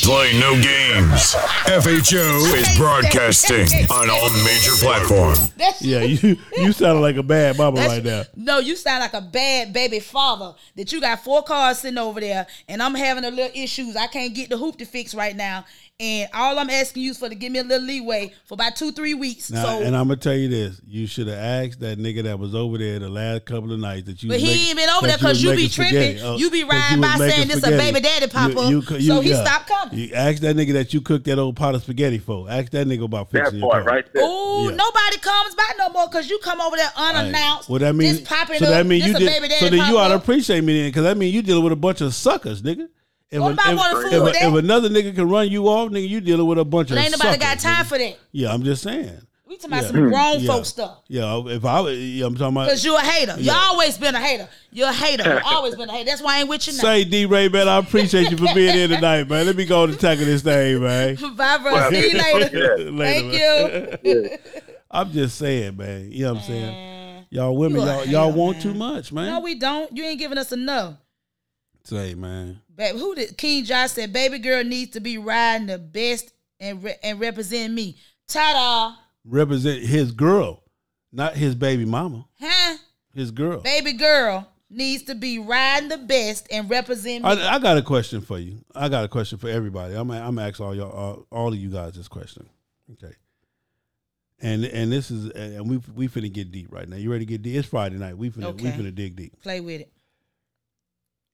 Play no games. FHO is broadcasting on all major platforms. That's- yeah, you you sounded like a bad mama right now. No, you sound like a bad baby father that you got four cars sitting over there and I'm having a little issues. I can't get the hoop to fix right now. And all I'm asking you is for to give me a little leeway for about two, three weeks. Now, so and I'm gonna tell you this: you should have asked that nigga that was over there the last couple of nights that you. But was he making- ain't been over that there 'cause you was be making tripping. spaghetti. Oh, You be 'cause riding was by making saying this a spaghetti. baby daddy pop-up, cou- so he stopped coming. You ask that nigga that you cooked that old pot of spaghetti for. Ask that nigga about fixing That your part car. right there. Ooh, Yeah. nobody comes by no more because you come over there unannounced. Well, that means just popping so up. that means this you a did. baby daddy so then you pop ought to up. appreciate me then, because that means you dealing with a bunch of suckers, nigga. If, Well, a- nobody wanna if, fool if, with a- that. if another nigga can run you off, nigga, you dealing with a bunch of But eh? ain't nobody suckers. got time for that. Yeah, I'm just saying. We talking about Yeah. some grown Yeah. folk stuff. Yeah, if I, was- yeah, I'm talking about Cause you a hater. You Yeah. always been a hater. You're a hater. You always been a hater. That's why I ain't with you now. Say D Ray, man, I appreciate you for being here tonight, man. Let me go on and tackle this thing, man. Bye, bro. See you Later, later. Thank man. you. I'm just saying, man. You know what I'm saying? Y'all women, you a y'all y'all want too much, man. No, we don't. You ain't giving us enough. Say, man. But who did King Josh said? Baby girl needs to be riding the best and re- and represent me. Ta Represent his girl, not his baby mama. da, huh? His girl. Baby girl needs to be riding the best and represent me. I, I got a question for you. I got a question for everybody. I'm I'm gonna ask all y'all all, all of you guys this question. Okay. And and this is and we we finna get deep right now. You ready to get deep? It's Friday night. We finna we Okay. finna dig deep. Play with it.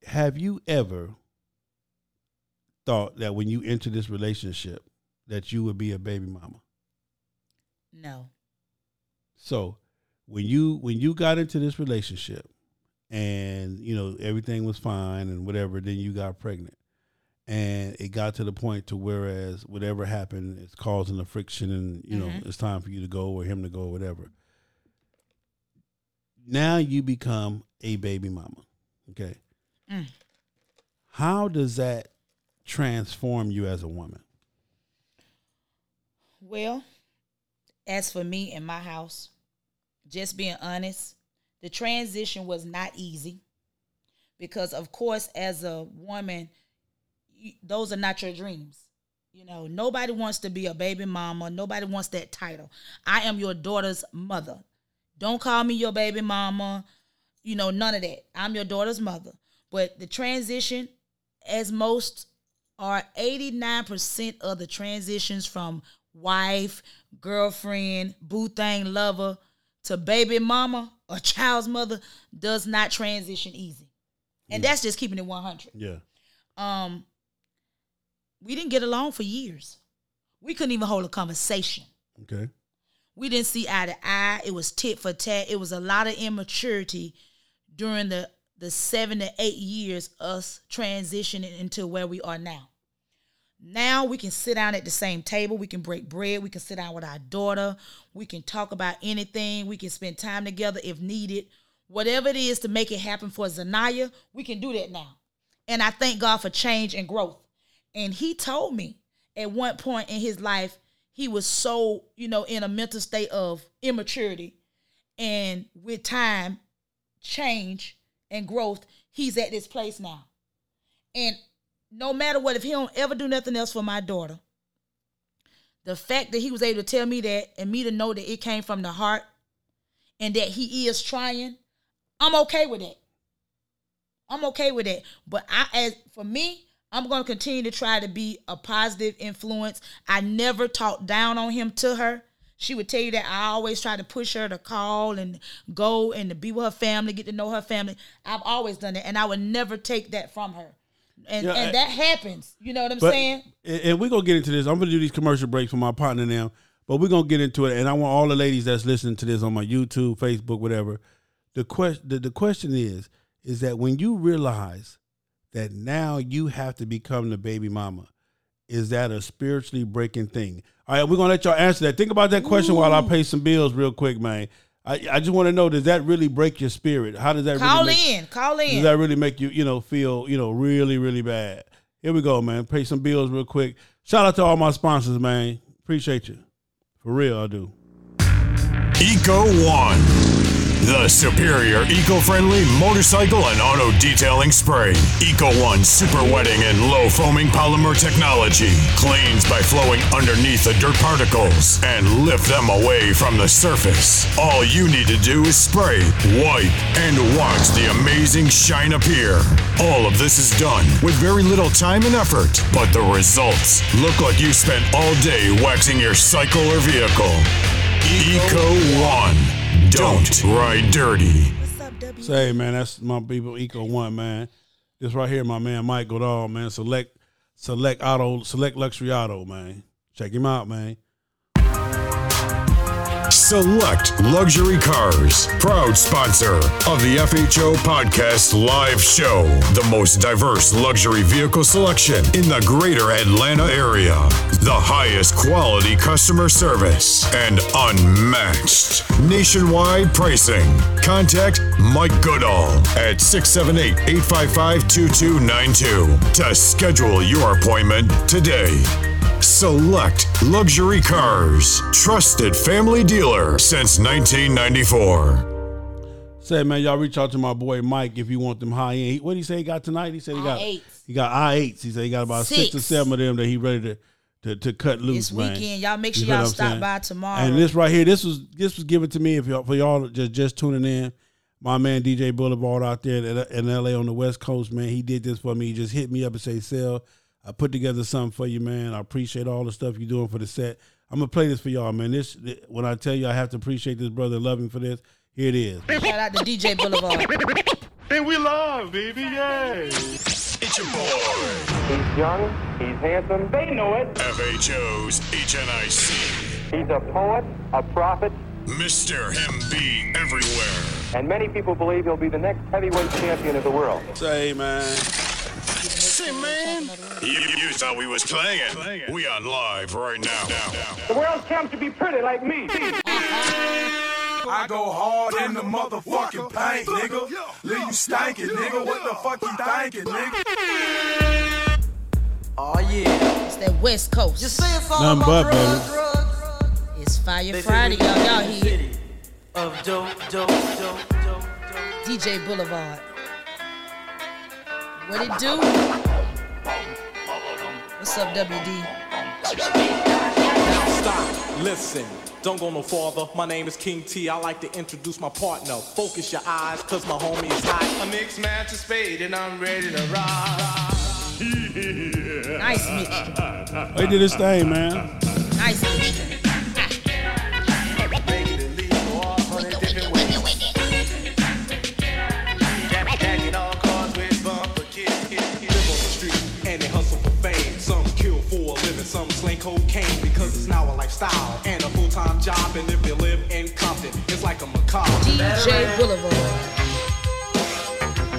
Have you ever thought that when you enter this relationship that you would be a baby mama? No. So when you when you got into this relationship and you know everything was fine and whatever, then you got pregnant. And it got to the point to whereas whatever happened is causing a friction and you know, Mhm. it's time for you to go or him to go or whatever. Now you become a baby mama. Okay. Mm. How does that transform you as a woman? Well, as for me and my house, just being honest, the transition was not easy because, of course, as a woman, you, those are not your dreams. You know, nobody wants to be a baby mama. Nobody wants that title. I am your daughter's mother. Don't call me your baby mama. You know, none of that. I'm your daughter's mother. But the transition, as most are 89% of the transitions from wife, girlfriend, boo thing lover to baby mama or child's mother does not transition easy. And that's just keeping it 100. Yeah. Um we didn't get along for years. We couldn't even hold a conversation. Okay. We didn't see eye to eye. It was tit for tat. It was a lot of immaturity during the the 7 to 8 years us transitioning into where we are now. Now we can sit down at the same table. We can break bread. We can sit down with our daughter. We can talk about anything. We can spend time together if needed. Whatever it is to make it happen for Zanaya, we can do that now. And I thank God for change and growth. And he told me at one point in his life, he was so, you know, in a mental state of immaturity. And with time, change, and growth, he's at this place now. And no matter what, if he don't ever do nothing else for my daughter, the fact that he was able to tell me that and me to know that it came from the heart and that he is trying, I'm okay with that. I'm okay with that. But I as for me, I'm gonna continue to try to be a positive influence. I never talked down on him to her. She would tell you that I always try to push her to call and go and to be with her family, get to know her family. I've always done that, and I would never take that from her. And, Yeah, and I- that happens. You know what I'm But- saying? And, and we're gonna get into this. I'm gonna do these commercial breaks for my partner now, but we're gonna get into it. And I want all the ladies that's listening to this on my YouTube, Facebook, whatever. The question the, the question is, is that when you realize that now you have to become the baby mama, is that a spiritually breaking thing? All right, we're gonna let y'all answer that. Think about that question while I pay some bills real quick, man. I, I just want to know, does that really break your spirit? How does that Call really make- in. Call Does in. that really make you, you know, feel, you know, really, really bad? Here we go, man. Pay some bills real quick. Shout out to all my sponsors, man. Appreciate you. For real, I do. Eco One, the superior eco friendly motorcycle and auto detailing spray. Eco One super wetting and low foaming polymer technology cleans by flowing underneath the dirt particles and lift them away from the surface. All you need to do is spray, wipe, and watch the amazing shine appear. All of this is done with very little time and effort, but the results look like you spent all day waxing your cycle or vehicle. Eco One. Don't ride dirty. Say, man, that's my people, Eco One, man. This right here, my man, Mike Goodall, man. Select, select auto, select luxury auto, man. Check him out, man. Select Luxury Cars, proud sponsor of the FHO Podcast Live Show, the most diverse luxury vehicle selection in the greater Atlanta area, the highest quality customer service, and unmatched nationwide pricing. Contact Mike Goodall at 678 855 2292 to schedule your appointment today. Select Luxury Cars, trusted family dealer since 1994. Say, man, y'all reach out to my boy Mike if you want them high end. What did he say he got tonight? He said he got I8s. He got I eights. He said he got about six. Six. or seven of them that he ready to to, to cut loose. man. weekend. Y'all make sure feel y'all what I'm stop by tomorrow. And this right here, this was this was given to me if y'all for y'all just just tuning in. My man DJ Boulevard out there in- in LA on the West Coast, man, he did this for me. He just hit me up and say, "Sell, I put together something for you, man. I appreciate all the stuff you're doing for the set. I'm gonna play this for y'all, man. This when I tell you, I have to appreciate this brother, love him for this. Here it is. Shout out to DJ Boulevard. And we love, baby, yay. It's your boy. He's young, he's handsome, they know it. FHO's HNIC. He's a poet, a prophet, Mr. MB Everywhere. and many people believe he'll be the next heavyweight champion of the world. Say, man. Say, man. You, you thought we was playing. We on live right now. The world comes to be pretty like me. I go hard in the motherfucking paint, nigga. Leave you stankin', nigga. What the fuck you thinking, nigga? Oh yeah. It's that West Coast. Just say it's all Nothing about but, drugs, baby. It's Fire They say Friday, we y'all. live Y'all in the here. city Of dope, dope, dope, dope. DJ Boulevard. What it do? What's up, WD? Stop. Listen. Don't go no farther. My name is King T. I like to introduce my partner. Focus your eyes, cause my homie is hot. A mixed match of spade, and I'm ready to ride. Nice mixture. They did this thing, man. ice cream. and they hustle for fame. Some kill for a living, some sling cocaine because it's now a lifestyle and a full time job. And if you live in Compton, it's like a macabre. DJ Boulevard.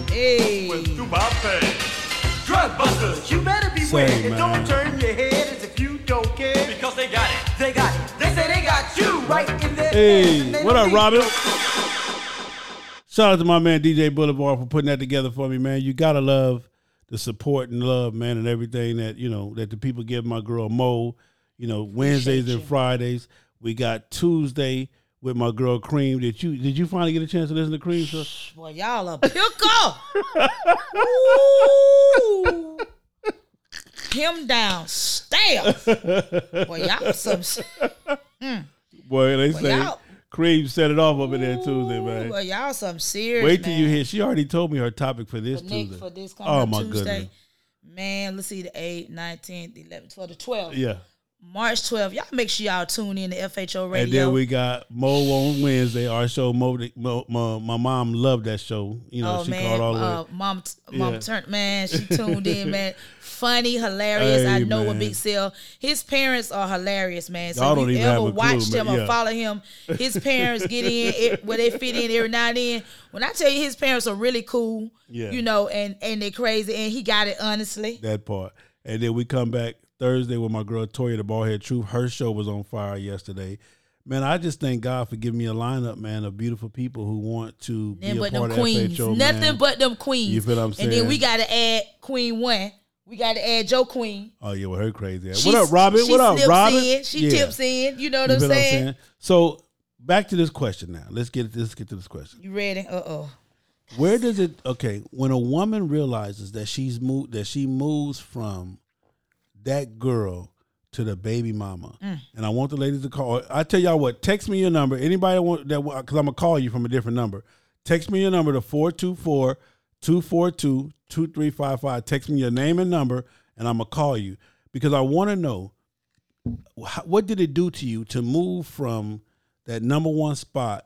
Hey. through my pain. Drug busters, you better beware. Say, And don't man. turn your head as if you don't care. Because they got it. They got it. They say they got you right in their hands, and Hey, they what don't up, need Robin? no- Shout out to my man DJ Boulevard for putting that together for me, man. You gotta love the support and love, man, and everything that you know that the people give my girl Mo. You know, Wednesdays and Fridays. We got Tuesday with my girl Cream. Did you did you finally get a chance to listen to Cream? Sir? Boy, y'all a pickle. Ooh. Him downstairs. Boy, y'all some. s- Mm. Boy, they Well, say y'all- Cream set it off over there Tuesday, man. Boy, y'all some serious. Wait till man. you hear. She already told me her topic for this for Nick Tuesday. for this coming oh up my Tuesday. goodness! Man, let's see the 8th, 19th, 11th, for the 12th. Yeah. March 12th. Y'all make sure y'all tune in to FHO Radio. And then we got Mo on Wednesday. Our show, Mo, Mo, Mo- my mom loved that show. You know, oh she man, called all uh, of it. mom, mom Yeah. turned man. She tuned in, man. Funny, hilarious. I Hey, know what man. Big Cell. His parents are hilarious, man. So Y'all if don't you even have ever a clue, watch him man. or Yeah. follow him, his parents get in it, where they fit in every now and then. When I tell you, his parents are really cool. Yeah. you know, and and they crazy, and he got it honestly. That part. And then we come back Thursday with my girl Toya, the ballhead truth. Her show was on fire yesterday. Man, I just thank God for giving me a lineup, man, of beautiful people who want to Nothing be a but part them of queens. FHO. Nothing man. but them queens. You feel what I'm And then saying? we gotta add Queen One. We gotta add Joe Queen. Oh yeah, with her crazy. ass. She- What up, Robin? she What up, slips Uh, Robin? in. She Yeah. tips in. You know what I'm feel saying? So back to this question now. Let's get let's get to this question. You ready? Uh oh. Where does it okay, when a woman realizes that she's moved that she moves from that girl to the baby mama. Mm. And I want the ladies to call. I tell y'all what, text me your number. Anybody that want that cuz I'm going to call you from a different number. Text me your number to 424-242-2355. Text me your name and number and I'm going to call you because I want to know wh- what did it do to you to move from that number one spot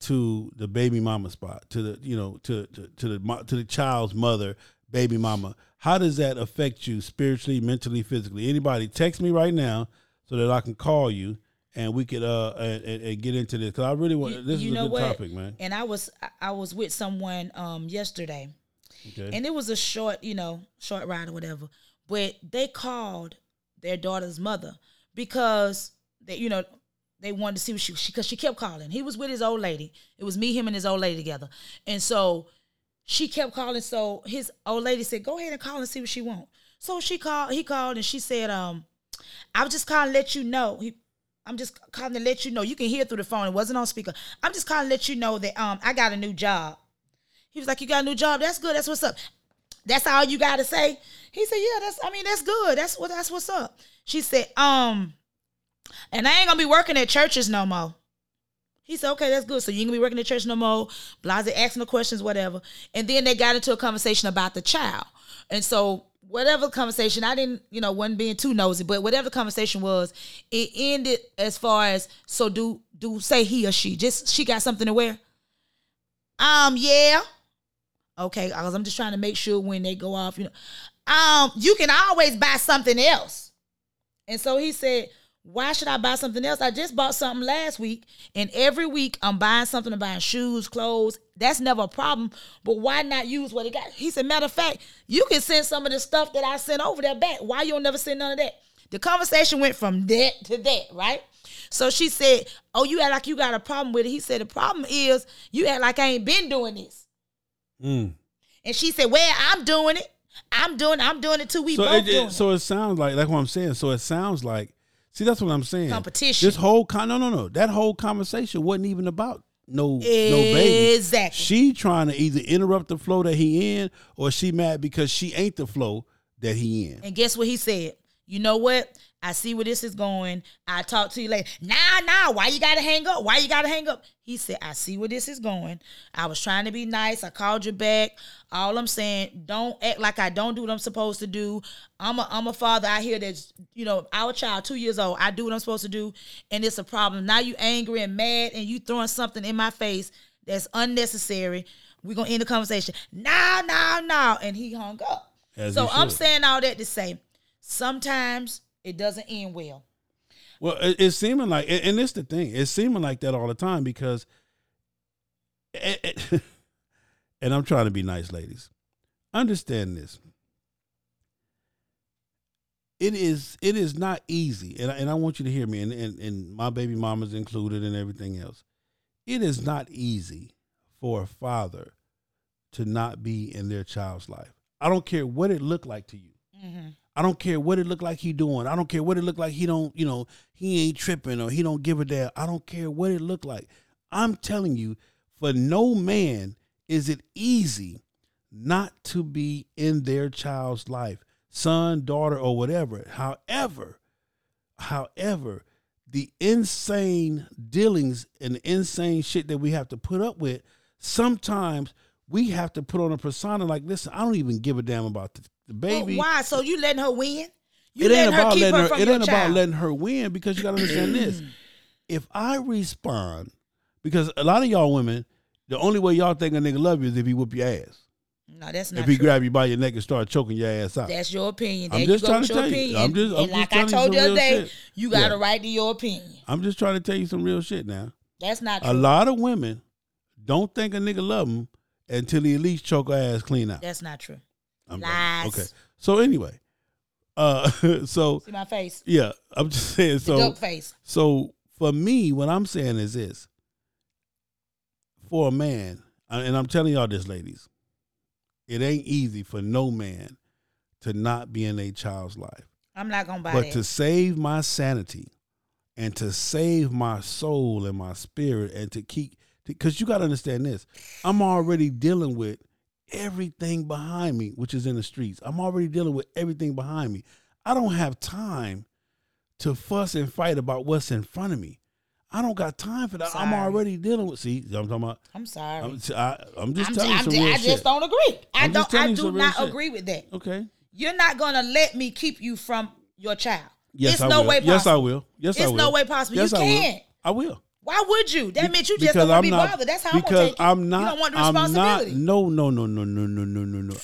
to the baby mama spot to the you know to to, to the mo- to the child's mother baby mama how does that affect you spiritually mentally physically anybody text me right now so that i can call you and we could uh and, and- and get into this because i really want this is a good topic man And I was I- I was with someone um yesterday, okay and it was a short you know short ride or whatever. But they called their daughter's mother because they you know they wanted to see what she because she kept calling. He was with his old lady. It was me, him, and his old lady together, and so she kept calling. So his old lady said, "Go ahead and call and see what she want." So she called. He called, and she said, "Um, I was just calling to let you know." He, I'm just calling to let you know. You can hear through the phone. It wasn't on speaker. I'm just calling to let you know that um I got a new job. He was like, "You got a new job? That's good. That's what's up. That's all you got to say." He said, "Yeah, that's. I mean, that's good. That's what. That's what's up." She said, "Um, and I ain't gonna be working at churches no more." He said, okay, that's good. So you ain't gonna be working at church no more. Blase asking the questions, whatever. And then they got into a conversation about the child. And so whatever conversation, I didn't, you know, wasn't being too nosy, but whatever the conversation was, it ended as far as so do do say he or she. Just she got something to wear. Um, yeah. Okay, because I'm just trying to make sure when they go off, you know. Um, you can always buy something else. And so he said, Why should I buy something else? I just bought something last week, and every week I'm buying something. I'm buying shoes, clothes. That's never a problem. But why not use what it got? He said, Matter of fact, you can send some of the stuff that I sent over there back. Why you don't never send none of that? The conversation went from that to that, right? So she said, Oh, you act like you got a problem with it. He said, The problem is you act like I ain't been doing this. Mm. And she said, Well, I'm doing it. I'm doing I'm doing it too. We so both it, it- doing it. so it sounds like that's what I'm saying. So it sounds like see that's what I'm saying. Competition. This whole con no no no that whole conversation wasn't even about no no baby. Exactly. She trying to either interrupt the flow that he in, or she mad because she ain't the flow that he in. And guess what he said? you know what? I see where this is going. I talk to you later. Nah, nah. Why you gotta hang up? Why you gotta hang up? He said, I see where this is going. I was trying to be nice. I called you back. All I'm saying, don't act like I don't do what I'm supposed to do. I'm a I'm a father out here that's, you know, our child, two years old. I do what I'm supposed to do, and it's a problem. Now you angry and mad and you throwing something in my face that's unnecessary. We're gonna end the conversation. Nah, nah, nah. And he hung up. As so he I'm should. saying all that to say sometimes it doesn't end well. Well, it, it's seeming like, and, and it's the thing, it's seeming like that all the time because, it- it- and I'm trying to be nice, ladies. Understand this. It is it is not easy, and I, and I want you to hear me, and, and and my baby mama's included, and everything else. It is not easy for a father to not be in their child's life. I don't care what it looked like to you. Mm-hmm. I don't care what it looked like he doing. I don't care what it looked like he don't, you know, he ain't tripping or he don't give a damn. I don't care what it looked like. I'm telling you, for no man is it easy not to be in their child's life, son, daughter, or whatever. However, however, the insane dealings and the insane shit that we have to put up with, sometimes we have to put on a persona like, listen, I don't even give a damn about the, the Well, baby why? So you letting her win? You it ain't letting her about keep letting her her. from It your ain't about child. letting her win because you got to understand this. If I respond, because a lot of y'all women, the only way y'all think a nigga love you is if he whoop your ass, No, that's if not he true. grab you by your neck and start choking your ass out. That's your opinion. I'm There just you go trying with to your tell you. opinion. I'm just- I'm and like just telling I you told some you the real other day, shit. you got a Yeah. right to your opinion. I'm just trying to tell you some real shit now. That's not true. A lot of women don't think a nigga love them until he at least choke her ass clean out. That's not true. I'm- Lies. Okay. So anyway, uh, so See my face? Yeah, I'm just saying. So duck face. So for me, what I'm saying is this: for a man, I- and I'm telling y'all this, ladies, it ain't easy for no man to not be in a child's life. I'm not gonna buy But that. to save my sanity and to save my soul and my spirit and to keep because you got to understand this. I'm already dealing with everything behind me which is in the streets. I'm already dealing with everything behind me. I don't have time to fuss and fight about what's in front of me. I don't got time for that. I'm Sorry. already dealing with see, I'm talking about I'm sorry. I'm, I, am just I'm telling you I'm some ju- real I shit. just don't agree. I I'm just don't. telling I you do some real not shit. agree with that. Okay. You're not gonna let me keep you from your child. Yes, it's I no will. way possible. Yes, I will. Yes, I it's will. no way possible. Yes, you I will. can't. I will. Why would you? That means you just Because don't want I'm to be not, bothered. That's how I'm gonna because take it. I'm not. You don't want the I'm not- responsibility. no, no, no, no, no, no, no, no, no.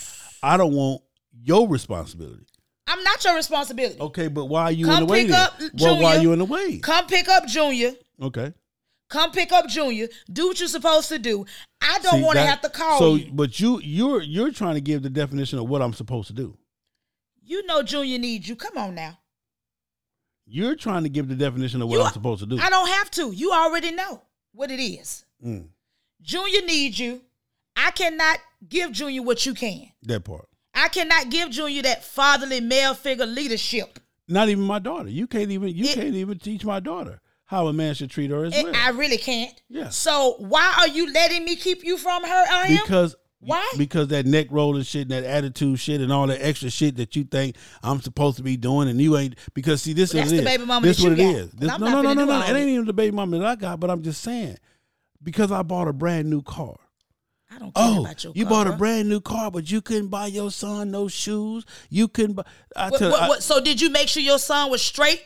I don't want your responsibility. I'm not your responsibility. Okay, but why are you Come in the way? pick then? up well, why are Junior. you in the way? Come pick up Junior. Okay. Come pick up Junior. Do what you're supposed to do. I don't See, want to that- have to call So, you. but you, you're, you're trying to give the definition of what I'm supposed to do. You know Junior needs you. Come on now. You're trying to give the definition of what You I'm are- supposed to do. I don't have to. You already know what it is. Mm, Junior needs you. I cannot give Junior what you can. that part. I cannot give Junior that fatherly male figure leadership. Not even my daughter. You can't even. You can't even teach my daughter how a man should treat her as And well. I really can't. Yeah. So why are you letting me keep you from her or him? because Why? Because that neck rolling shit and that attitude shit and all that extra shit that you think I'm supposed to be doing and you ain't because see this Well, is that's it. the baby mama this that what it you is. got. This, I'm no, no, not no, finna no, do no. all It that. ain't even the baby mama that I got, but I'm just saying because I bought a brand new car. I don't care Oh, about your you bought a car. brand new car, but you couldn't buy your son no shoes. You couldn't buy. I What, tell what, I- what, so did you make sure your son was straight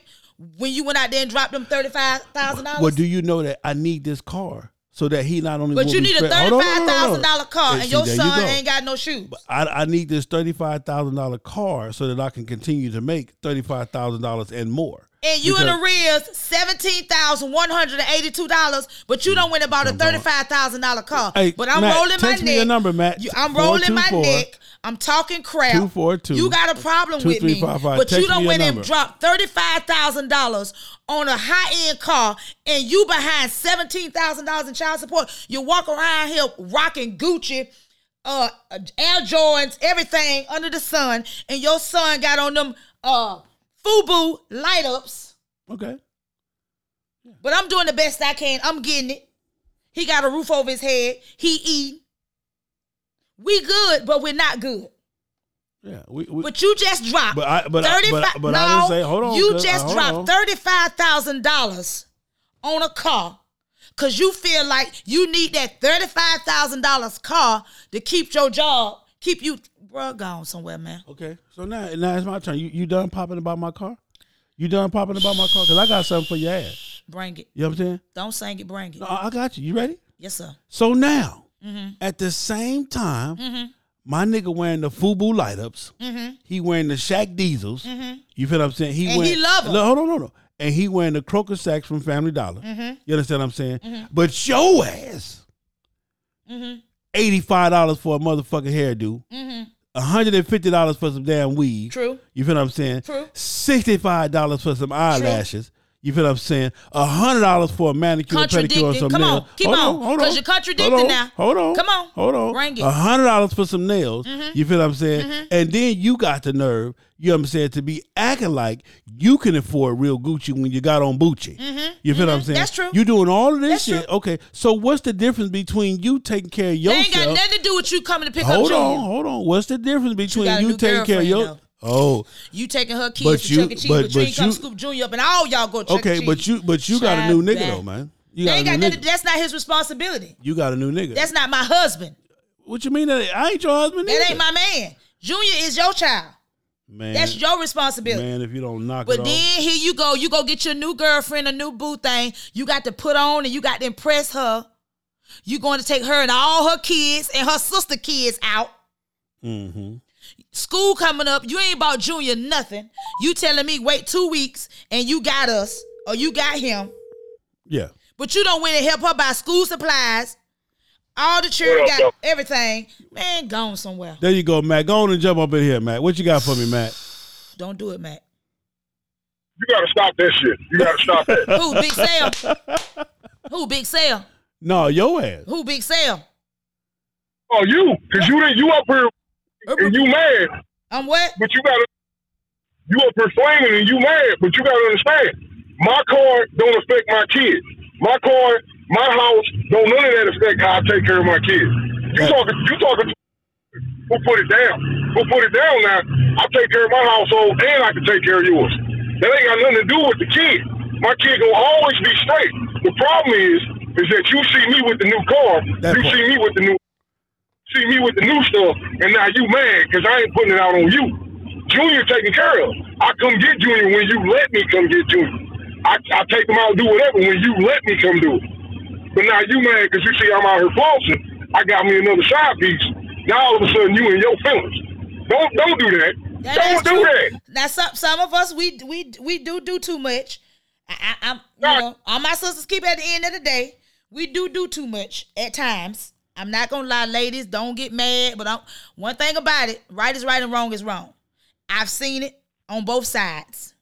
when you went out there and dropped them thirty five thousand Well, dollars? do you know that I need this car so that he not only. But will you be need a spread- thirty Hold on, five hold thousand on, dollar hold on. Hey, car, and see, your there you son go. ain't got no shoes. I, I need this thirty five thousand dollar car so that I can continue to make thirty five thousand dollars and more. And you in Because- arrears seventeen thousand one hundred and eighty two dollars, but you don't went and bought a thirty five thousand dollar car. Hey, but I'm Matt, rolling my text neck. me your number, Matt. You- I'm rolling my 424. neck. I'm talking crap. 242. You got a problem with me, 2355. but Text you me don't your went number. and dropped thirty five thousand dollars on a high end car, and you behind seventeen thousand dollars in child support. You walk around here rocking Gucci. Uh, Air Jordans, everything under the sun, and your son got on them uh FUBU light ups. Okay. But I'm doing the best I can. I'm getting it. He got a roof over his head. He eating. We good, but we're not good. Yeah, we, we But you just dropped But I- but I- thirty but I- five. but no, I didn't say- hold on, You cuz- just hold on. dropped thirty five thousand dollars on a car because you feel like you need that thirty five thousand dollars car to keep your job, keep you bruh gone somewhere, man. Okay, so now now it's my turn. You you done popping about my car? You done popping about my car? Cause I got something for your ass. Bring it. You know what I'm saying? Don't sing it. Bring it. No, I I got you. You ready? yes, sir. So now, Mhm. at the same time, Mhm. my nigga wearing the FUBU light ups. Mhm. He wearing the Shaq Diesels. Mhm. You feel what I'm saying? He And he love 'em. No, hold on, hold on. And he wearing the crocus sacks from Family Dollar. Mhm. You understand what I'm saying? Mhm. But your ass, Mhm. eighty five dollars for a motherfucking hairdo. Mhm. $150 for some damn weed. True. You feel what I'm saying? True. $65 for some eyelashes. You feel what I'm saying? $100 for a manicure, pedicure, and Contradicted. some Come nails. on. Keep Hold on. hold Because you're contradicting Hold on. now. Hold on. Come on. Hold on. Bring it. $100 for some nails. Mhm. You feel what I'm saying? Mhm. And then you got the nerve, you know what I'm saying, to be acting like you can afford real Gucci when you got on Gucci. Mhm. You feel what I'm Mhm. saying? That's true. you doing all of this That's shit. Okay. So what's the difference between you taking care of They yourself? ain't got nothing to do with you coming to pick up Hold Junior. on, hold on. What's the difference between got a you, new taking care of girlfriend, your though. oh You taking her kids But to you- Chuck E. Cheese, but- but, but you ain't come you- scoop Junior up, and all y'all go to Chuck E. okay? Cheese. But you but you got a new Child nigga back. though, man. You you got they ain't a got new nothing. nigga. That's not his responsibility. You got a new nigga. That's not my husband. what you mean? That I ain't your husband. That either? ain't my man. Junior is your child. man. That's your responsibility. man. If you don't knock But it then here you go. You go get your new girlfriend, a new boo thing. You got to put on and you got to impress her. You going to take her and all her kids and her sister kids out. off, mm-hmm. School coming up. You ain't bought Junior nothing. You telling me wait two weeks and you got us or you got him. yeah, But you don't went and help her buy school supplies. All the children got everything. Man, gone somewhere. there you go, Matt. Go on and jump up in here, Matt. What you got for me, Matt? Don't do it, Matt. You gotta stop this shit. You gotta stop that. Who big sale? Who big sale? No, your ass. Who big sale? Oh, you, cause you didn't, you up here and you mad. I'm what? But you gotta, you up here swinging and you mad. But you gotta understand, my car don't affect my kids. My car, my house, don't none of that affect how I take care of my kids. You talking, you talking. to- Who put it down? Who put it down? Now I take care of my household and I can take care of yours. That ain't got nothing to do with the kid. My kid gonna always be straight. The problem is, is that you see me with the new car. you see me with the new see me with the new stuff, and now you mad because I ain't putting it out on you. Junior taken care of. I come get Junior when you let me come get Junior. I, I take him out and do whatever when you let me come do it. But now you mad because you see I'm out here flossing. I got me another side piece. Now all of a sudden you in your feelings. Don't don't do that. is don't do true. that. Now some some of us we we we do do too much. I, I, I'm you know all my sisters keep at the end of the day. We do do too much at times. I'm not gonna lie, ladies, don't get mad. But I'm, one thing about it, right is right and wrong is wrong. I've seen it on both sides.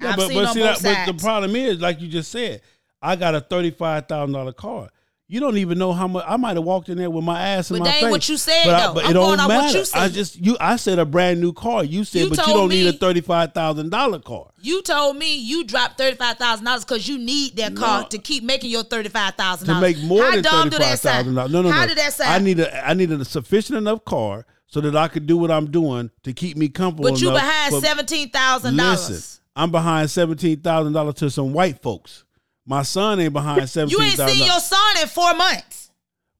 Yeah, I've but, seen but on see both that, sides. but the problem is, like you just said, I got a thirty-five thousand dollar car. You don't even know how much I might have walked in there with my ass in But my that face. ain't what you said, but I, though. but I'm it don't going on matter. what you I said. just you. I said a brand new car. You said, You but you told don't need a me- thirty-five thousand dollar car. you told me you dropped thirty five thousand dollars because you need that car to keep making your thirty five thousand to dollars make more How than thirty dumb do that five sound? thousand dollars. No, no, How no. did that sound? I need a I need a sufficient enough car so that I could do what I'm doing to keep me comfortable. but you enough behind for- seventeen thousand dollars. Listen, I'm behind seventeen thousand dollars to some white folks. My son ain't behind You seventeen ain't thousand. seen your son in four months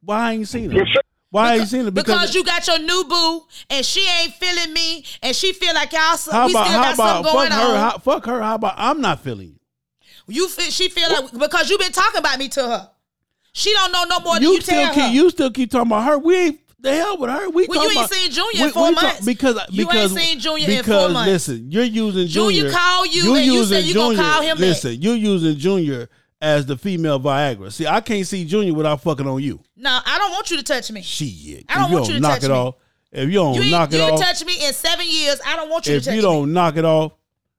Why I ain't seen him? Why I ain't seen him? because, you got your new boo and she ain't feeling me and she feel like y'all so, how we about still how got about something fuck going her? on. How, fuck her. How about I'm not feeling you? you feel she feel like because you been talking about me to her. She don't know no more than you, you, still tell keep her. you still keep talking about her. We ain't the hell with her. We Well, you talking ain't about- seen Junior in we- four we talk- months. because You ain't because seen Junior in because, four months. Listen, you're using Junior. Junior called you and you said you gonna call him back. Listen, you're using Junior as the female Viagra. See, I can't see Junior without fucking on you. no, I don't want you to touch me. Shit, I don't if you want don't you to knock touch it me. off. If you don't You ain't- knock it you off, touch me in seven years. I don't want you if to touch you don't knock it off,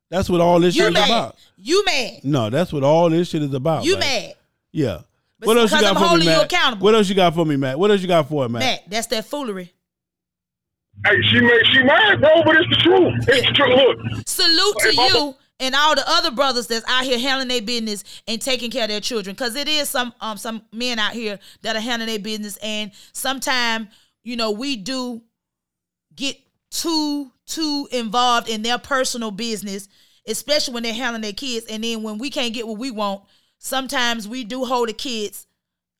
that's what all me. this shit You is mad? about. You mad? No, that's what all this shit is about. You Oh, man. mad? Yeah. But what see, else you because got I'm for me, holding you Matt? accountable. what else you got for me, Matt? What else you got for him, Matt? Matt, that's that foolery. Hey, she made she mad, bro, but it's the truth. It's the truth. Look, Salute to you and all the other brothers that's out here handling their business and taking care of their children. Cause it is some um some men out here that are handling their business and sometimes, you know, we do get too too involved in their personal business, especially when they're handling their kids. And then when we can't get what we want, sometimes we do hold the kids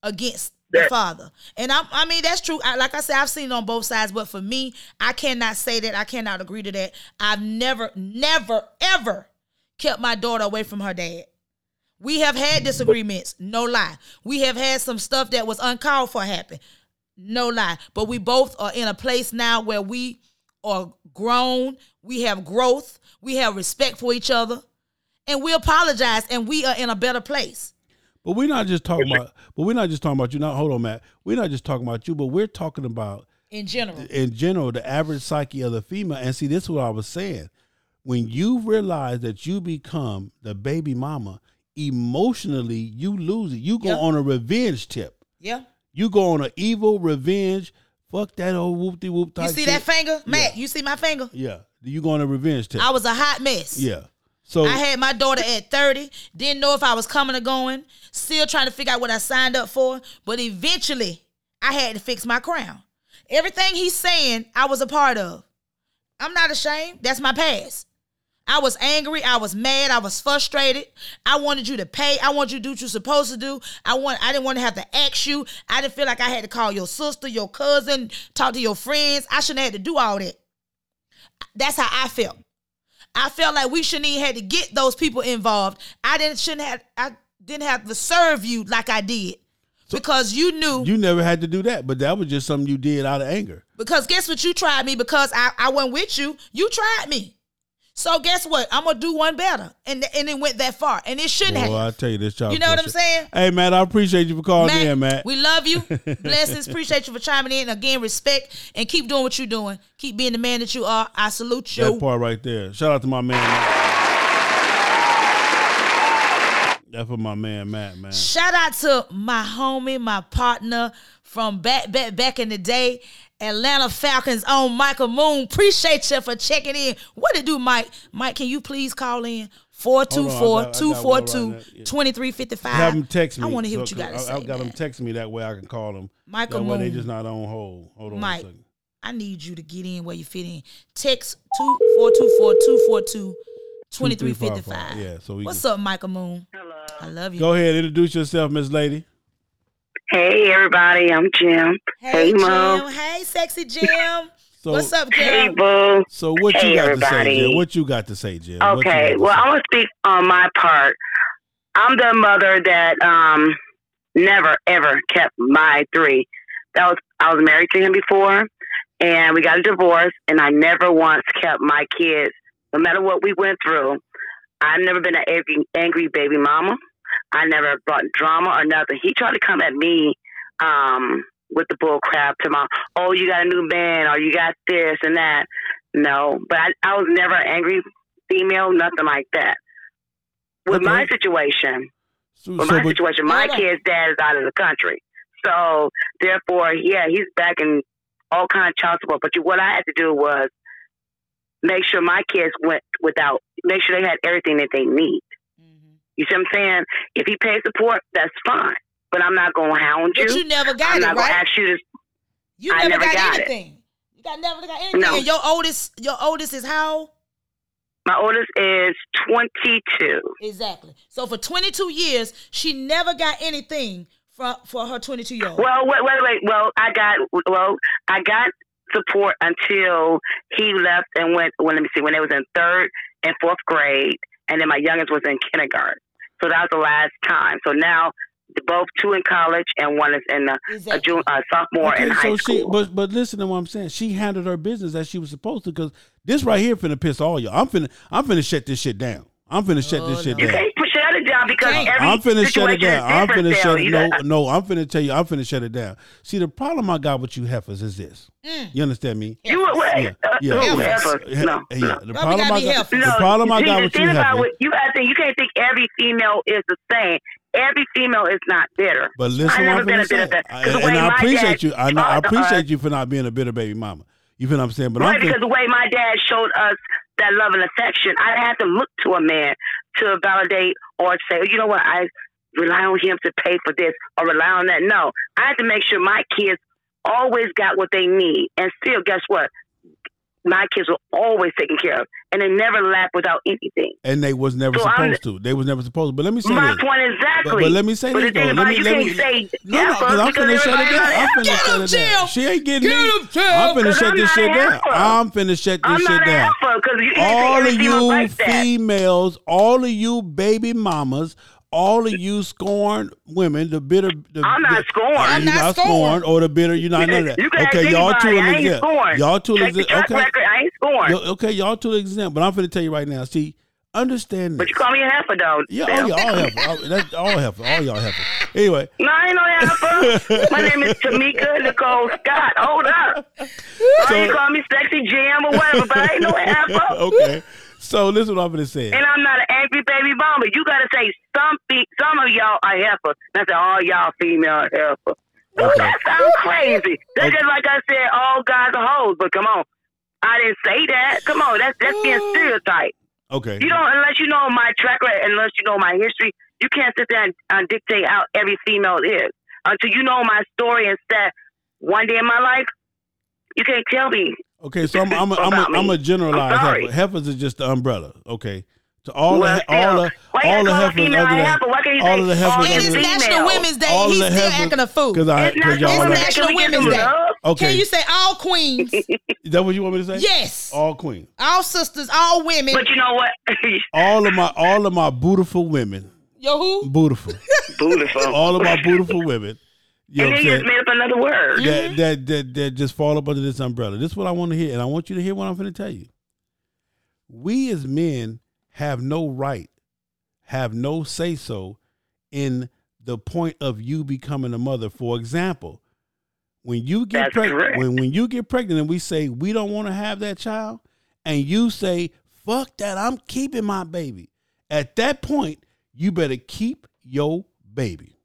against the father. And I, I mean that's true. I, like I said, I've seen it on both sides. But for me, I cannot say that. I cannot agree to that. I've never, never, ever kept my daughter away from her dad. We have had disagreements, no lie. We have had some stuff that was uncalled for happen, no lie. But we both are in a place now where we are grown, we have growth, we have respect for each other, and we apologize and we are in a better place. But we're not just talking about. But we're not just talking about you. Now, hold on, Matt. We're not just talking about you, but we're talking about In general. in general the average psyche of the female. And see, this is what I was saying. When you realize that you become the baby mama, emotionally you lose it. You go Yeah. on a revenge tip. Yeah. You go on an evil revenge. Fuck that old whoop de whoop. You see that finger? Matt, you see my finger? Yeah. You go on a revenge tip. I was a hot mess. Yeah. So I had my daughter at 30, didn't know if I was coming or going, still trying to figure out what I signed up for. But eventually, I had to fix my crown. Everything he's saying, I was a part of. I'm not ashamed. That's my past. I was angry. I was mad. I was frustrated. I wanted you to pay. I wanted you to do what you're supposed to do. I want. I didn't want to have to ask you. I didn't feel like I had to call your sister, your cousin, talk to your friends. I shouldn't have had to do all that. That's how I felt. I felt like we shouldn't even had to get those people involved. I didn't shouldn't have I didn't have to serve you like I did. because you knew you never had to do that, but that was just something you did out of anger. Because guess what? You tried me because I, I went with you. You tried me. So guess what? I'm gonna do one better. And and it went that far. And it shouldn't Boy, have. I tell you this, child. You know what I'm pussy. saying? Hey, Matt, I appreciate you for calling in, Matt. We love you. Blessings. Appreciate you for chiming in. Again, respect and keep doing what you're doing. Keep being the man that you are. I salute you. that part right there. Shout out to my man. Matt. That's for my man, Matt. Man, Shout out to my homie, my partner from back back back in the day, Atlanta Falcons own Michael Moon. Appreciate you for checking in. What it do, Mike? Mike, can you please call in? Hold on, I got- I got one right there. 424-242-2355. have him text me. I want to hear what So you got to I, say. I got man. him text me that way I can call him. Michael that way they Moon. just not on hold. Hold on, a Mike, second. I need you to get in where you fit in. Text 242-242-2355. Yeah, so we What's can- up, Michael Moon? Hello. I love you. Go ahead, introduce yourself, Miss Lady. Hey everybody, I'm Jim. Hey, Hey, Mo. Jim. Hey, sexy Jim. So- What's up, Jim? Hey Boo. So what Hey, you got everybody. to say, Jim? What you got to say, Jim? What you Okay, got to well say? I'm gonna speak on my part. I'm the mother that um never ever kept my three. That was I was married to him before and we got a divorce and I never once kept my kids. No matter what we went through, I've never been an angry, angry baby mama. I never brought drama or nothing. He tried to come at me um, with the bull crap to my, oh, you got a new man or you got this and that. No, but I, I was never an angry female, nothing like that. With my situation, with so my but- situation, my Hold on. kid's dad is out of the country. So, therefore, yeah, he's back in all kind of child support. But you, what I had to do was make sure my kids went without, make sure they had everything that they need. Mm-hmm. You see what I'm saying? If he pays support, that's fine. But I'm not going to hound you. But you never got I'm it, not right? Gonna ask you to, You I never, never got, got it. anything. You got never got anything. No. And your oldest, your oldest is how? old? my oldest is 22. Exactly. So for 22 years, she never got anything from for her 22 year old. Well, wait, wait, wait. Well, I got well, I got support until he left and went. Well, let me see. When they was in third and fourth grade, and then my youngest was in kindergarten. So that was the last time. So now both two in college and one is in a, a, jun- a sophomore in high so school. She, but but listen to what I'm saying. She handled her business as she was supposed to. Because this right here finna piss all y'all. I'm finna I'm finna shut this shit down. I'm finna shut this shit You down. can't shut it down because every I'm finna shut it situation is down. I'm different, finna shut Sally. it. You No, got- no, I'm finna tell you. I'm finna shut it down. See, the problem I got with you heifers is this. You understand me? You were Yeah, wait, uh, yeah, who, yeah. ever? Yeah, No, yeah. no. The problem I got. The problem I see, got the with thing you about heifers. what- you gotta think you can't think every female is the same. Every female is not bitter. But listen, I what never I'm been finna a bitter. say. thing. 'Cause the and, way and my I appreciate dad you. I, know, I taught us- appreciate you for not being a bitter baby mama. You feel what I'm saying? But I'm right, finna- because the way my dad showed us that love and affection, I had to look to a man to validate or say, you know what, I rely on him to pay for this or rely on that. No, I had to make sure my kids always got what they need. And still, guess what? my kids were always taken care of, and they never left without anything. And they was never So supposed I'm- to. They was never supposed to. But let me say My this. point exactly. But, but let me say But this the thing though. Let about me, you let me, can't say no, no, Jaffa because I'm because finna shut it everybody down. I'm else- finna shut Get him, it down. Jill. She ain't getting Get me. him, Jill. I'm finna Because shut I'm this not shit an down. alpha. I'm finna shut this I'm shit not an down. alpha because you can't All say of every you female like that. females, all of you baby mamas, all of you scorned women, the bitter. The, I'm not the- scorned. You're I'm not scorned, scorned. or the bitter. You're not none of that. You can ask okay, y'all two anybody. are I ain't exempt. scorned. Y'all two Check is the track okay. record. I ain't scorned. Yo- okay, y'all two exempt, but I'm finna tell you right now. See, understand this. But you call me a heifer, though. yeah, all Bill. y'all heifer. All, that's all heifer. All y'all heifer. Anyway, No, I ain't no heifer. My name is Tamika Nicole Scott. Hold up. So- So, you call me sexy Jim or whatever, but I ain't no heifer. okay. So listen what I'm gonna say. And I'm not an angry baby mama. You gotta say some fe- some of y'all are heifer. Not that all y'all female are heifer. Ooh, that sounds crazy. That's just like I said, all guys are hoes. But come on, I didn't say that. Come on, that's that's being stereotype. Okay. You don't unless you know my track record, unless you know my history. You can't sit there and uh, dictate how every female is until you know my story and said one day in my life. You can't tell me Okay, so I'm I'm a, I'm About a, I'm a me. generalized I'm sorry. heifer. Heifers is just the umbrella. Okay, to all Well, the he- all still, the why you all the call a heifers female a under heifer? Why can't that you all say of the all heifers It under is that- National all Women's Day. of He's the still heifers- acting a fool. Cause I, It's cause National y'all Women's like- Day. National Women's Day. Okay, Can you say all queens, is that what you want me to say? Yes. all queen, all sisters, all women? But you know what? all of my all of my beautiful women, Yo, who? beautiful, beautiful, all of my beautiful women. You know and what then I'm you saying? just made up another word. That, that that that just fall up under this umbrella. This is what I want to hear, and I want you to hear what I'm going to tell you. We as men have no right, have no say so in the point of you becoming a mother. For example, when you get That's pregnant, correct. when when you get pregnant, and we say we don't want to have that child, and you say fuck that, I'm keeping my baby. At that point, you better keep your baby.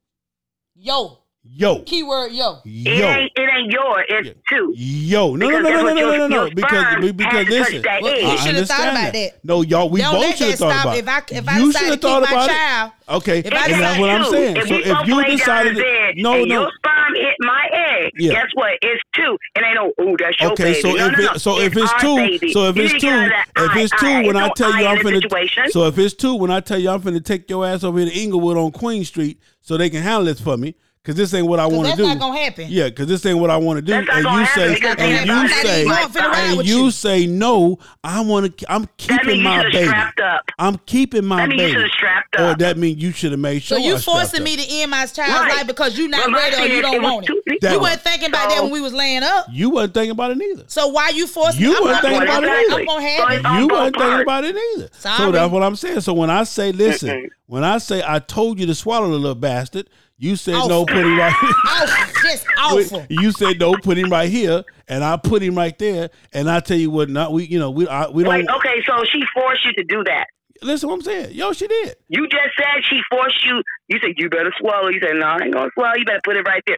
Yo. Yo. Keyword yo. It Yo. ain't it ain't your, it's two. Yo, no, no, Because no, no, no, that's what no, your- no, no, your because sperm be- because has to listen, touch that I egg. You should've thought understand about that. No, y'all, we Don't both let should have that thought stop. about it. If I- if I you decide should to have keep thought my about child, it. Okay, if I and that's decide what I'm two. saying. If so we both if you lay down decided, in bed to, no, and no, your sperm hit my egg, Yeah. guess what? It's two. It ain't no ooh, that's your okay, baby. so no, if no, no. it, so if it's our two, baby. so if You it's didn't two, get out of that if eye, it's two, eye. when It's I no tell eye you in I'm this situation. finna, so if it's two, when I tell you I'm finna take your ass over here to Inglewood on Queen Street so they can handle this for me, cause this ain't what I want to that's do. not gonna happen. Yeah, cause this ain't what I want to do. That's not And gonna you happen say, because they and have you body say, heat. I'm finna ride and with you you. say no. I want to. I'm That mean keeping you my should've baby. strapped up. I'm keeping my That mean baby. you should've strapped Or up. that mean you should have made So sure. I you strapped forcing up. me to end my child's Right. life because you not But my ready or thing you is, it don't was want two it. people. You weren't thinking about that when we was laying up. You wasn't thinking about it neither. So why you forcing? You I'm weren't not thinking gonna- about it I'm either. gonna have it. You weren't thinking about it either. So Sorry. that's what I'm saying. So when I say, listen, Mm-mm. when I say I told you to swallow the little bastard, you said no, Awful. put him right. Awful, just awful. you said no, put him right here, and I put him right there, and I tell you what, not we, you know, we, I, we don't. Like, okay, so she forced you to do that. Listen, what I'm saying, yo, she did. You just said she forced you. You said you better swallow. You said no, I ain't gonna swallow. You better put it right there.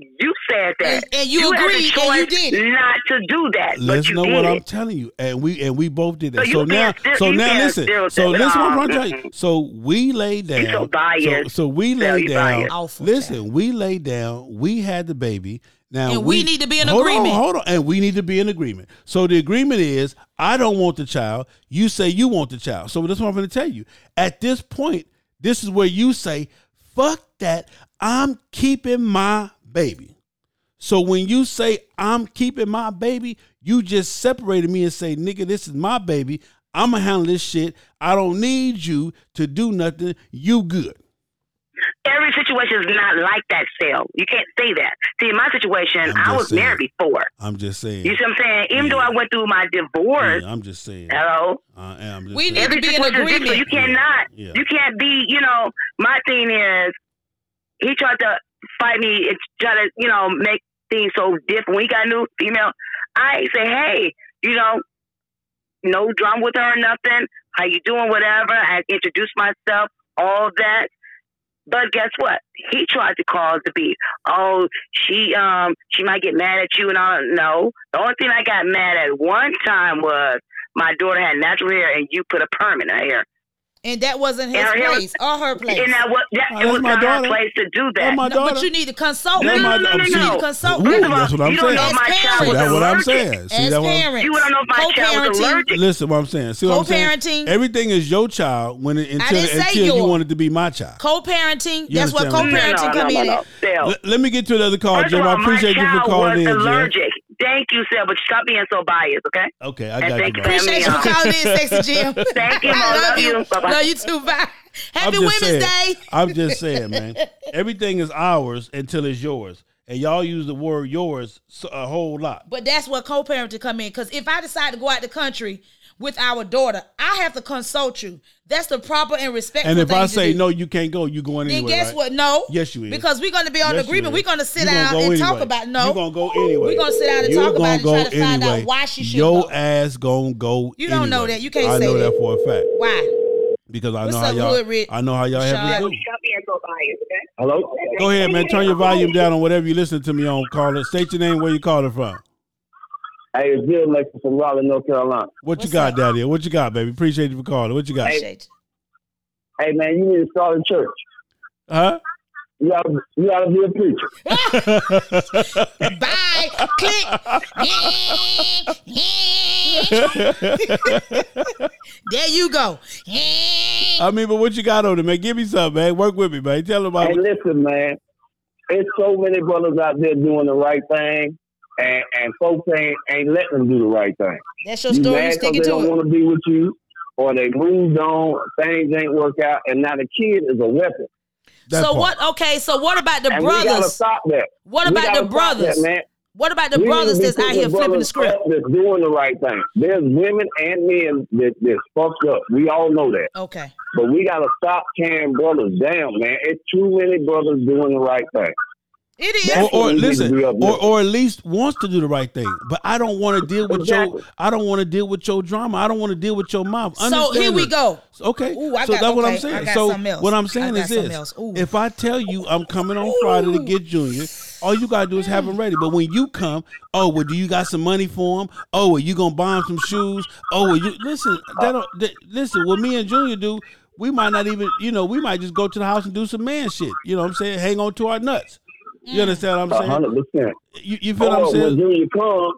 You said that, And- and you had agreed, the and you choice did it. not to do that. but Listen you to did what I'm it. telling you, and we and we both did that. So So, you now, can't still- so you now can't listen. still So do listen, that. what I'm trying to tell you. Mm-mm. So we lay down. so biased. So, so we Tell lay you down. biased. Awful, listen, we lay down. We had the baby. Now And we need to be in hold agreement. On, hold on, and we need to be in agreement. So the agreement is, I don't want the child. You say you want the child. So that's what I'm going to tell you. At this point, this is where you say, "Fuck that! I'm keeping my baby." So when you say I'm keeping my baby, you just separated me and say, nigga, this is my baby. I'ma handle this shit. I don't need you to do nothing. You good. Every situation is not like that, Sal. You can't say that. See, in my situation, I just was saying. married before. I'm just saying. You see what I'm saying? Even though I went through my divorce, I'm just saying. hello. I am just We saying. need to be in situation is different. agreement. You cannot. Yeah. You can't be. You know, my thing is, he tried to fight me and try to, you know, make things so different. When he got a new female, I say, hey, you know, no drama with her or nothing. How you doing? Whatever. I introduced myself, all that. But guess what? He tried to cause the beef. Oh, she um she might get mad at you and all. No, the only thing I got mad at one time was my daughter had natural hair and you put a perm in her hair. And that wasn't his And her- place or her place. And that was that, Oh, it that's was my not daughter. her place to do that. That's my No, but daughter. you need to consult No, with no, her. no, no, You need no. to consult First with of her. all, That's what I'm you don't know saying. if my child See, was that's what I'm allergic. saying. See, that's what I'm- You don't know if my child was Co-parenting. allergic. Listen, what I'm saying. See what I'm saying? Co-parenting. Everything is your child when it, until, didn't say until you yours. want it to be my child. Co-parenting. You that's what understand what I'm saying? co-parenting come in. at. Bill. L- let me get to another call, First Jim. of all, I appreciate my you for child calling was in, Jim. allergic. Thank you, Sal, but stop being so biased, okay? Okay, I And got thank you. you for having me on. Thank you, Mo. Love you. Bye-bye. Love you too. Bye. I'm Happy just Women's saying, Day. I'm just saying, man. Everything is ours until it's yours, and y'all use the word "yours" so- a whole lot. But that's where co-parenting come in. Because if I decide to go out the country with our daughter, I have to consult you. That's the proper and respectful. And if thing I to say do. no, you can't go. You going then anyway? guess right? what? No. Yes, you is. Because we're going to be on Yes, agreement. you We're is. going to sit You gonna down go and talk anyway. about no. You gonna go anyway. We're going to sit down and You talk about gonna it and try go to find anyway. out why she should Your go. ass gonna go. You don't know anyway. that. You can't I say know that. that for a fact Why? because I What's know how up, y'all. Hood Rich? I know how y'all have to Sean? do. Hello. Go ahead, man. Turn your volume down on whatever you listen to me on. Caller, state your name, where you calling from. Hey, it's Bill Lexus from Raleigh, North Carolina. What you got, Daddy? What you got, baby? Appreciate you for calling. What you got? Hey, man, you need to start a church. Huh? You gotta, you gotta be a preacher. Bye. Click. there you go. I mean, but what you got on it, man? Give me something, man. Work with me, man. Tell them about Hey, listen, man. It's so many brothers out there doing the right thing, and, and folks ain't, ain't letting them do the right thing. That's your story. You mad 'cause sticking they to don't it. want to be with you, or they moved on, things ain't work out, and now the kid is a weapon. So what? Okay. So what about the and We gotta brothers? stop that. What We about gotta the stop that, brothers? man. What about the We need to brothers be that's out putting here flipping the brothers script? up That's doing the right thing. There's women and men that that's fucked up. We all know that. Okay. But we gotta stop tearing brothers down, man. It's too many brothers doing the right thing. It is. or, or listen, or, or at least wants to do the right thing. But I don't want to deal with Exactly. your. I don't want to deal with your drama. I don't want to deal with your mouth. So here Understand we it. go. Okay. Ooh, I so got- that's what okay, I'm saying. I got so something else. what I'm I saying got is something this: else. Ooh. if I tell you I'm coming on Friday to get Junior, all you gotta do is have him ready. But when you come, oh well, do you got some money for him? Oh, well, you gonna buy him some shoes? Oh, well, you listen. That don't, that, listen, what me and Junior do. We might not even, you know, we might just go to the house and do some man shit. You know what I'm saying? Hang on to our nuts. Mm. You understand what I'm saying? hundred percent. You, you feel what I'm saying? When Junior come,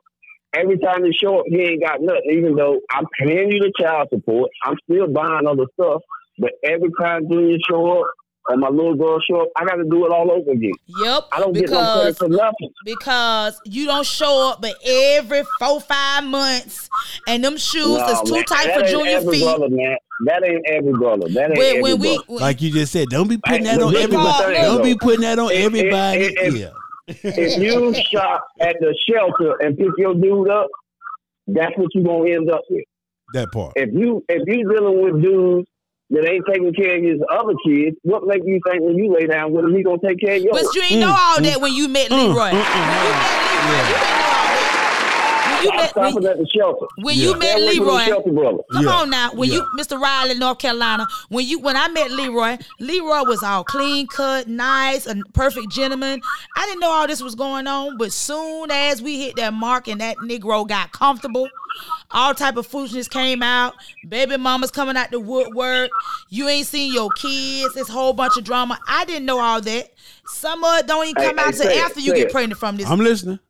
every time he show up, he ain't got nothing. Even though I'm paying you the child support, I'm still buying other stuff. But every time Junior show up or my little girl show up, I got to do it all over again. Yep. I don't get no because credit for nothing. because you don't show up, but every four five months, and them shoes Nah, that's too man. tight That for ain't Junior every feet. Brother, man. That ain't every brother. That ain't When- every when we- brother. Like you just said, don't be putting that Hey, on look, everybody. look, Don't be look. putting that on If- if- everybody. if- if- yeah. if you shop at the shelter and pick your dude up, that's what you gonna end up with. That part. If you if you dealing with dudes that ain't taking care of his other kids, what make you think when you lay down with him he gonna take care of yours? But you ain't know all that when you met Mm, Leroy. When you met Stop it at the shelter. When you met Stay away from the Leroy, shelter brother. come on now. When you, Mr. Riley, North Carolina, when you, when I met Leroy, Leroy was all clean cut, nice, a perfect gentleman. I didn't know all this was going on, but soon as we hit that mark and that Negro got comfortable, all type of foolishness came out. Baby mama's coming out the woodwork. You ain't seen your kids. This whole bunch of drama. I didn't know all that. Some of it don't even Hey, come hey, out till say it, after you say get it. pregnant from this. I'm listening.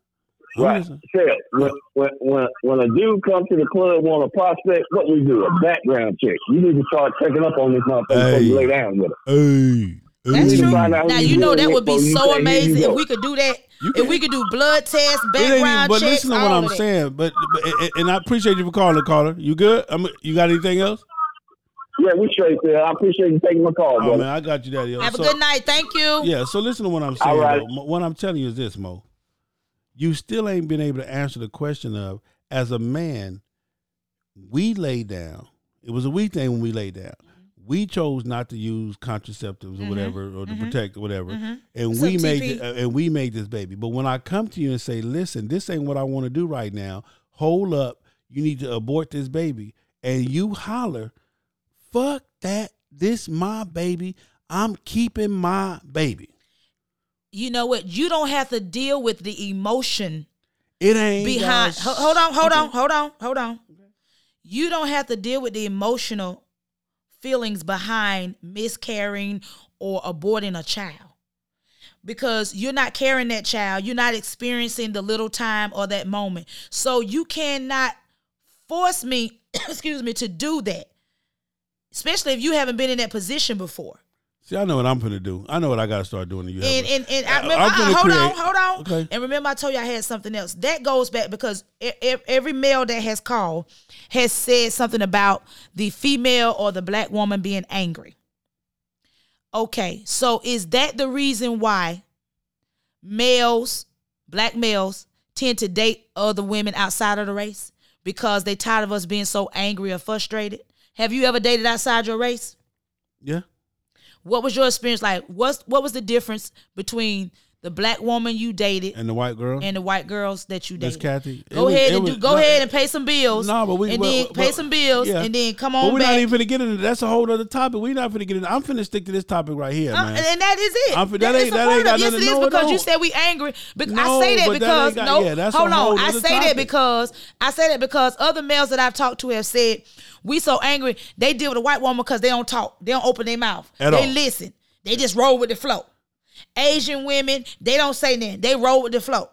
Right. Sure. When, when, when, when a dude comes to the club want a prospect, what we do? A background check. You need to start checking up on this motherfucker before you Hey. lay down with him. Hey. That's true. You need to find out who Now you you know dealing that with Oh, would be before you say, so "Here you amazing go." if we could do that. If we could do blood tests, It ain't even- background but checks, listen to what all I'm of that. saying. But, but and- and I appreciate you for calling, caller. You good? I'm, you got anything else? Yeah, we straight there. I appreciate you taking my oh, call, brother. man, I got you, Daddy. Have So- a good night. Thank you. Yeah, so listen to what I'm saying. All right. though. Mo- What I'm telling you is this, Mo. You still ain't been able to answer the question of, as a man, we lay down. It was a we thing when we lay down. We chose not to use contraceptives Mm-hmm. or whatever, or to Mhm. protect or whatever, Mhm. and Some we made TP. th- uh, and we made this baby. But when I come to you and say, "Listen, this ain't what I want to do right now. Hold up, you need to abort this baby," and you holler, "Fuck that! This my baby. I'm keeping my baby." You know what? You don't have to deal with the emotion It ain't behind. guys. ho- Hold on, hold on, Okay. hold on, hold on. You don't have to deal with the emotional feelings behind miscarrying or aborting a child because you're not carrying that child. You're not experiencing the little time or that moment. So you cannot force me, excuse me, to do that, especially if you haven't been in that position before. See, I know what I'm gonna do. I know what I gotta start doing. to You And Heather. and, and I I- remember, I'm gonna uh, hold on, create- hold on. Okay. And remember, I told you I had something else. That goes back because e- e- every male that has called has said something about the female or the black woman being angry. Okay, so is that the reason why males, black males, tend to date other women outside of the race because they tired of us being so angry or frustrated? Have you ever dated outside your race? Yeah. What was your experience like? What's what was the difference between the black woman you dated And the white girl. and the white girls that you Miss dated? Kathy, it go was- ahead it and was- do, go no, ahead and pay some bills. No, but we and well, then pay well, some bills yeah. and then come But on we're back. not even gonna get into that's a whole other topic. We're not gonna get into. I'm finna stick to this topic right here, Uh, man. and, and that is it. I'm- that is ain't- a that part ain't of- got yes, nothing- it is no, it because you don't. said we angry. Bec- No, I say that but that because ain't got- no, yeah, that's a hold whole on. I other say that topic. because I say that because other males that I've talked to have said we so angry. They deal with a white woman because they don't talk. They don't open their mouth. At they all. listen. They just roll with the flow. Asian women, they don't say nothing. They roll with the flow.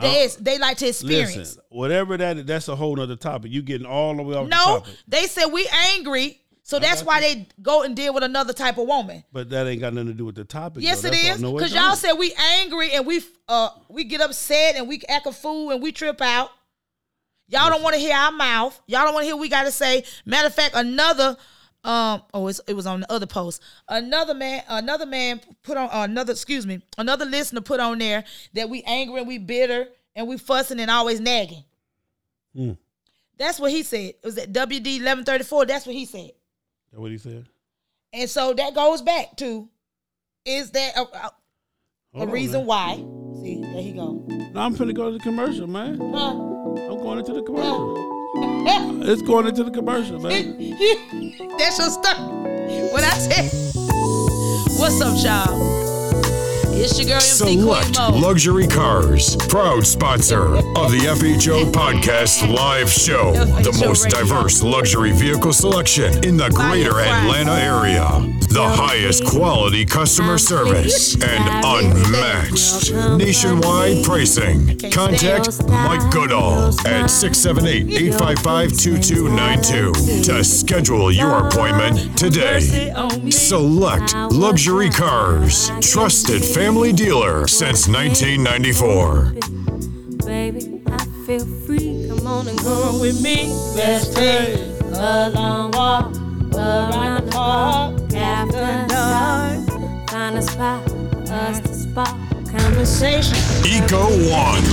They Uh, is- they like to experience. Listen, whatever that that's a whole other topic. You getting all the way off the no, topic, they said we angry, so that's why they go and deal with another type of woman. but that ain't got nothing to do with the topic. Yes, though. it That's all- is. no, it Because don't. y'all said we angry and we uh we get upset and we act a fool and we trip out. Y'all don't want to hear our mouth. Y'all don't want to hear what we got to say. Matter of fact, another um oh it's, it was on the other post. Another man another man put on uh, another excuse me another listener put on there that we angry and we bitter and we fussing and always nagging. Hmm. That's what he said. It was at WD eleven thirty four. That's what he said. That what he said. And so that goes back to is that a, a- a Hold on, man. reason why? See, there he go. No, I'm finna go to the commercial, man. I'm going into the commercial. Huh? It's going into the commercial, man. That's your stuff. What I said. What's up, y'all? It's your girl MC Queen Select Mo. Luxury Cars, proud sponsor of the FHO Podcast Live Show, the most diverse luxury vehicle selection in the greater Atlanta area, the highest quality customer service, and unmatched nationwide pricing. Contact Mike Goodall at 678 855 2292 to schedule your appointment today. Select Luxury Cars, trusted family dealer since 1994. Baby, I feel free. Come on and go with me. Let's take a long walk around the park after dark. Find a spot, us to spark conversation. Eco One,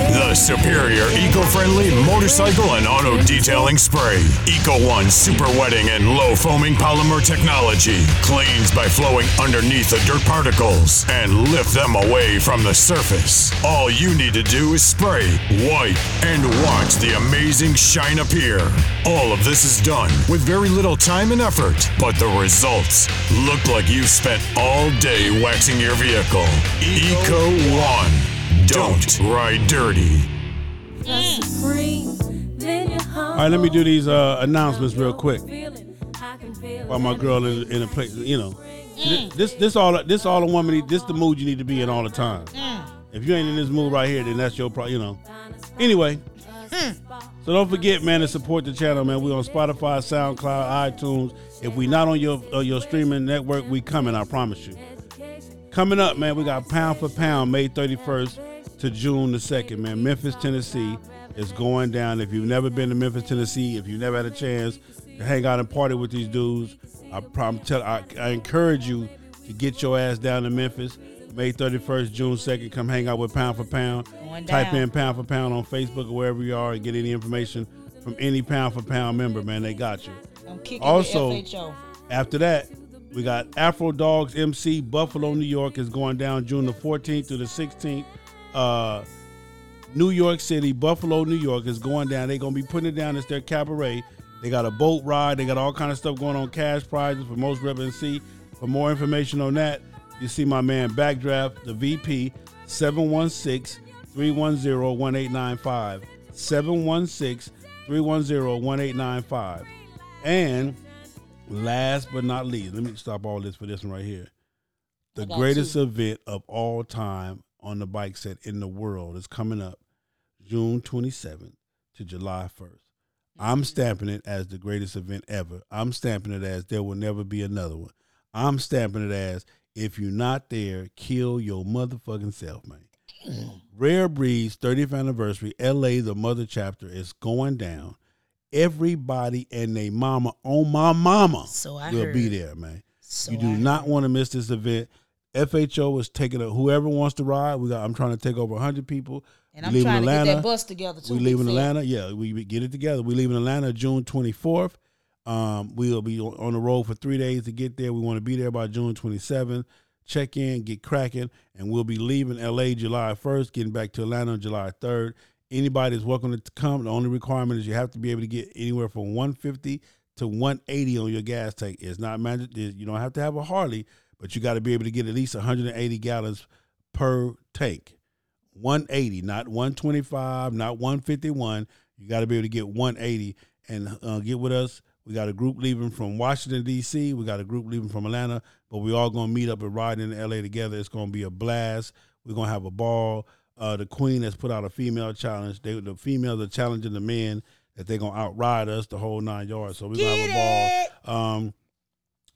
the superior eco friendly motorcycle and auto detailing spray. Eco One super wetting and low foaming polymer technology cleans by flowing underneath the dirt particles and lift them away from the surface. All you need to do is spray, wipe, and watch the amazing shine appear. All of this is done with very little time and effort, but the results look like you've spent all day waxing your vehicle. Eco One. Don't ride dirty. Mm. Just free. Then you're home. All right, let me do these uh, announcements real quick. I can feel While my girl is in a place, you know, this this all this all a woman need- this the mood you need to be in all the time. If you ain't in this mood right here, then that's your problem, you know. Anyway, Hmm. so don't forget, man, to support the channel, man. We on Spotify, SoundCloud, iTunes. If we not on your uh, your streaming network, we coming. I promise you. Coming up, man, we got pound for pound May 31st to June the 2nd, man. Memphis, Tennessee is going down. If you've never been to Memphis, Tennessee, if you've never had a chance to hang out and party with these dudes, I prom- tell I, I encourage you to get your ass down to Memphis. May 31st, June 2nd, come hang out with Pound for Pound. Going Type down. in Pound for Pound on Facebook or wherever you are and get any information from any Pound for Pound member, man. They got you. I'm kicking Also, the FHO. after that, we got Afro Dogs MC Buffalo, New York is going down June the 14th through the 16th. Uh, New York City, Buffalo, New York is going down. They're gonna be putting it down. It's their cabaret. They got a boat ride. They got all kind of stuff going on. Cash prizes for most rep and C. For more information on that, you see my man Backdraft, the VP, 716-310-1895. 716-310-1895. And Last but not least, let me stop all this for this one right here. The got greatest two. event of all time on the bike set in the world is coming up June 27th to July 1st. Mm-hmm. I'm stamping it as the greatest event ever. I'm stamping it as there will never be another one. I'm stamping it as if you're not there, kill your motherfucking self, man. Mm-hmm. Rare Breed's 30th anniversary, LA, the mother chapter, is going down. Everybody and they mama on my mama So I will be heard. there, man. So you do I not want to miss this event. FHO is taking a, whoever wants to ride. We got, I'm trying to take over 100 people. And We I'm leaving trying to get that bus together, too, We Big leaving Sid. Atlanta. Yeah, we, we get it together. We leaving Atlanta June 24th. Um, we'll be on on the road for three days to get there. We want to be there by June 27th. Check in, get cracking, and we'll be leaving LA July 1st, getting back to Atlanta on July 3rd. Anybody is welcome to come. The only requirement is you have to be able to get anywhere from 150 to 180 on your gas tank. It's not magic. You don't have to have a Harley, but you got to be able to get at least 180 gallons per tank. 180, not 125, not 151. You got to be able to get 180 and uh, get with us. We got a group leaving from Washington, D.C. We got a group leaving from Atlanta, but we all going to meet up and ride in L.A. together. It's going to be a blast. We're going to have a ball. Uh, the queen has put out a female challenge. They, the females are challenging the men that they're going to outride us the whole nine yards. So we're going to have a ball. Um,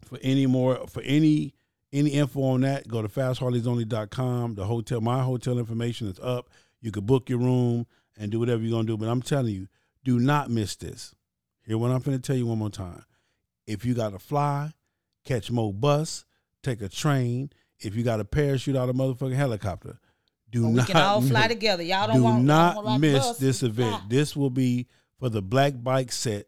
for any more for any any info on that go to fastharleysonly.com the hotel my hotel information is up you can book your room and do whatever you're going to do but i'm telling you do not miss this hear what i'm going to tell you one more time if you got to fly catch more bus take a train if you got a parachute out of a motherfucking helicopter do Well, we not can all fly miss- together. Y'all don't do want- y'all not don't want to ride the miss bus. this event this will be for the black bike set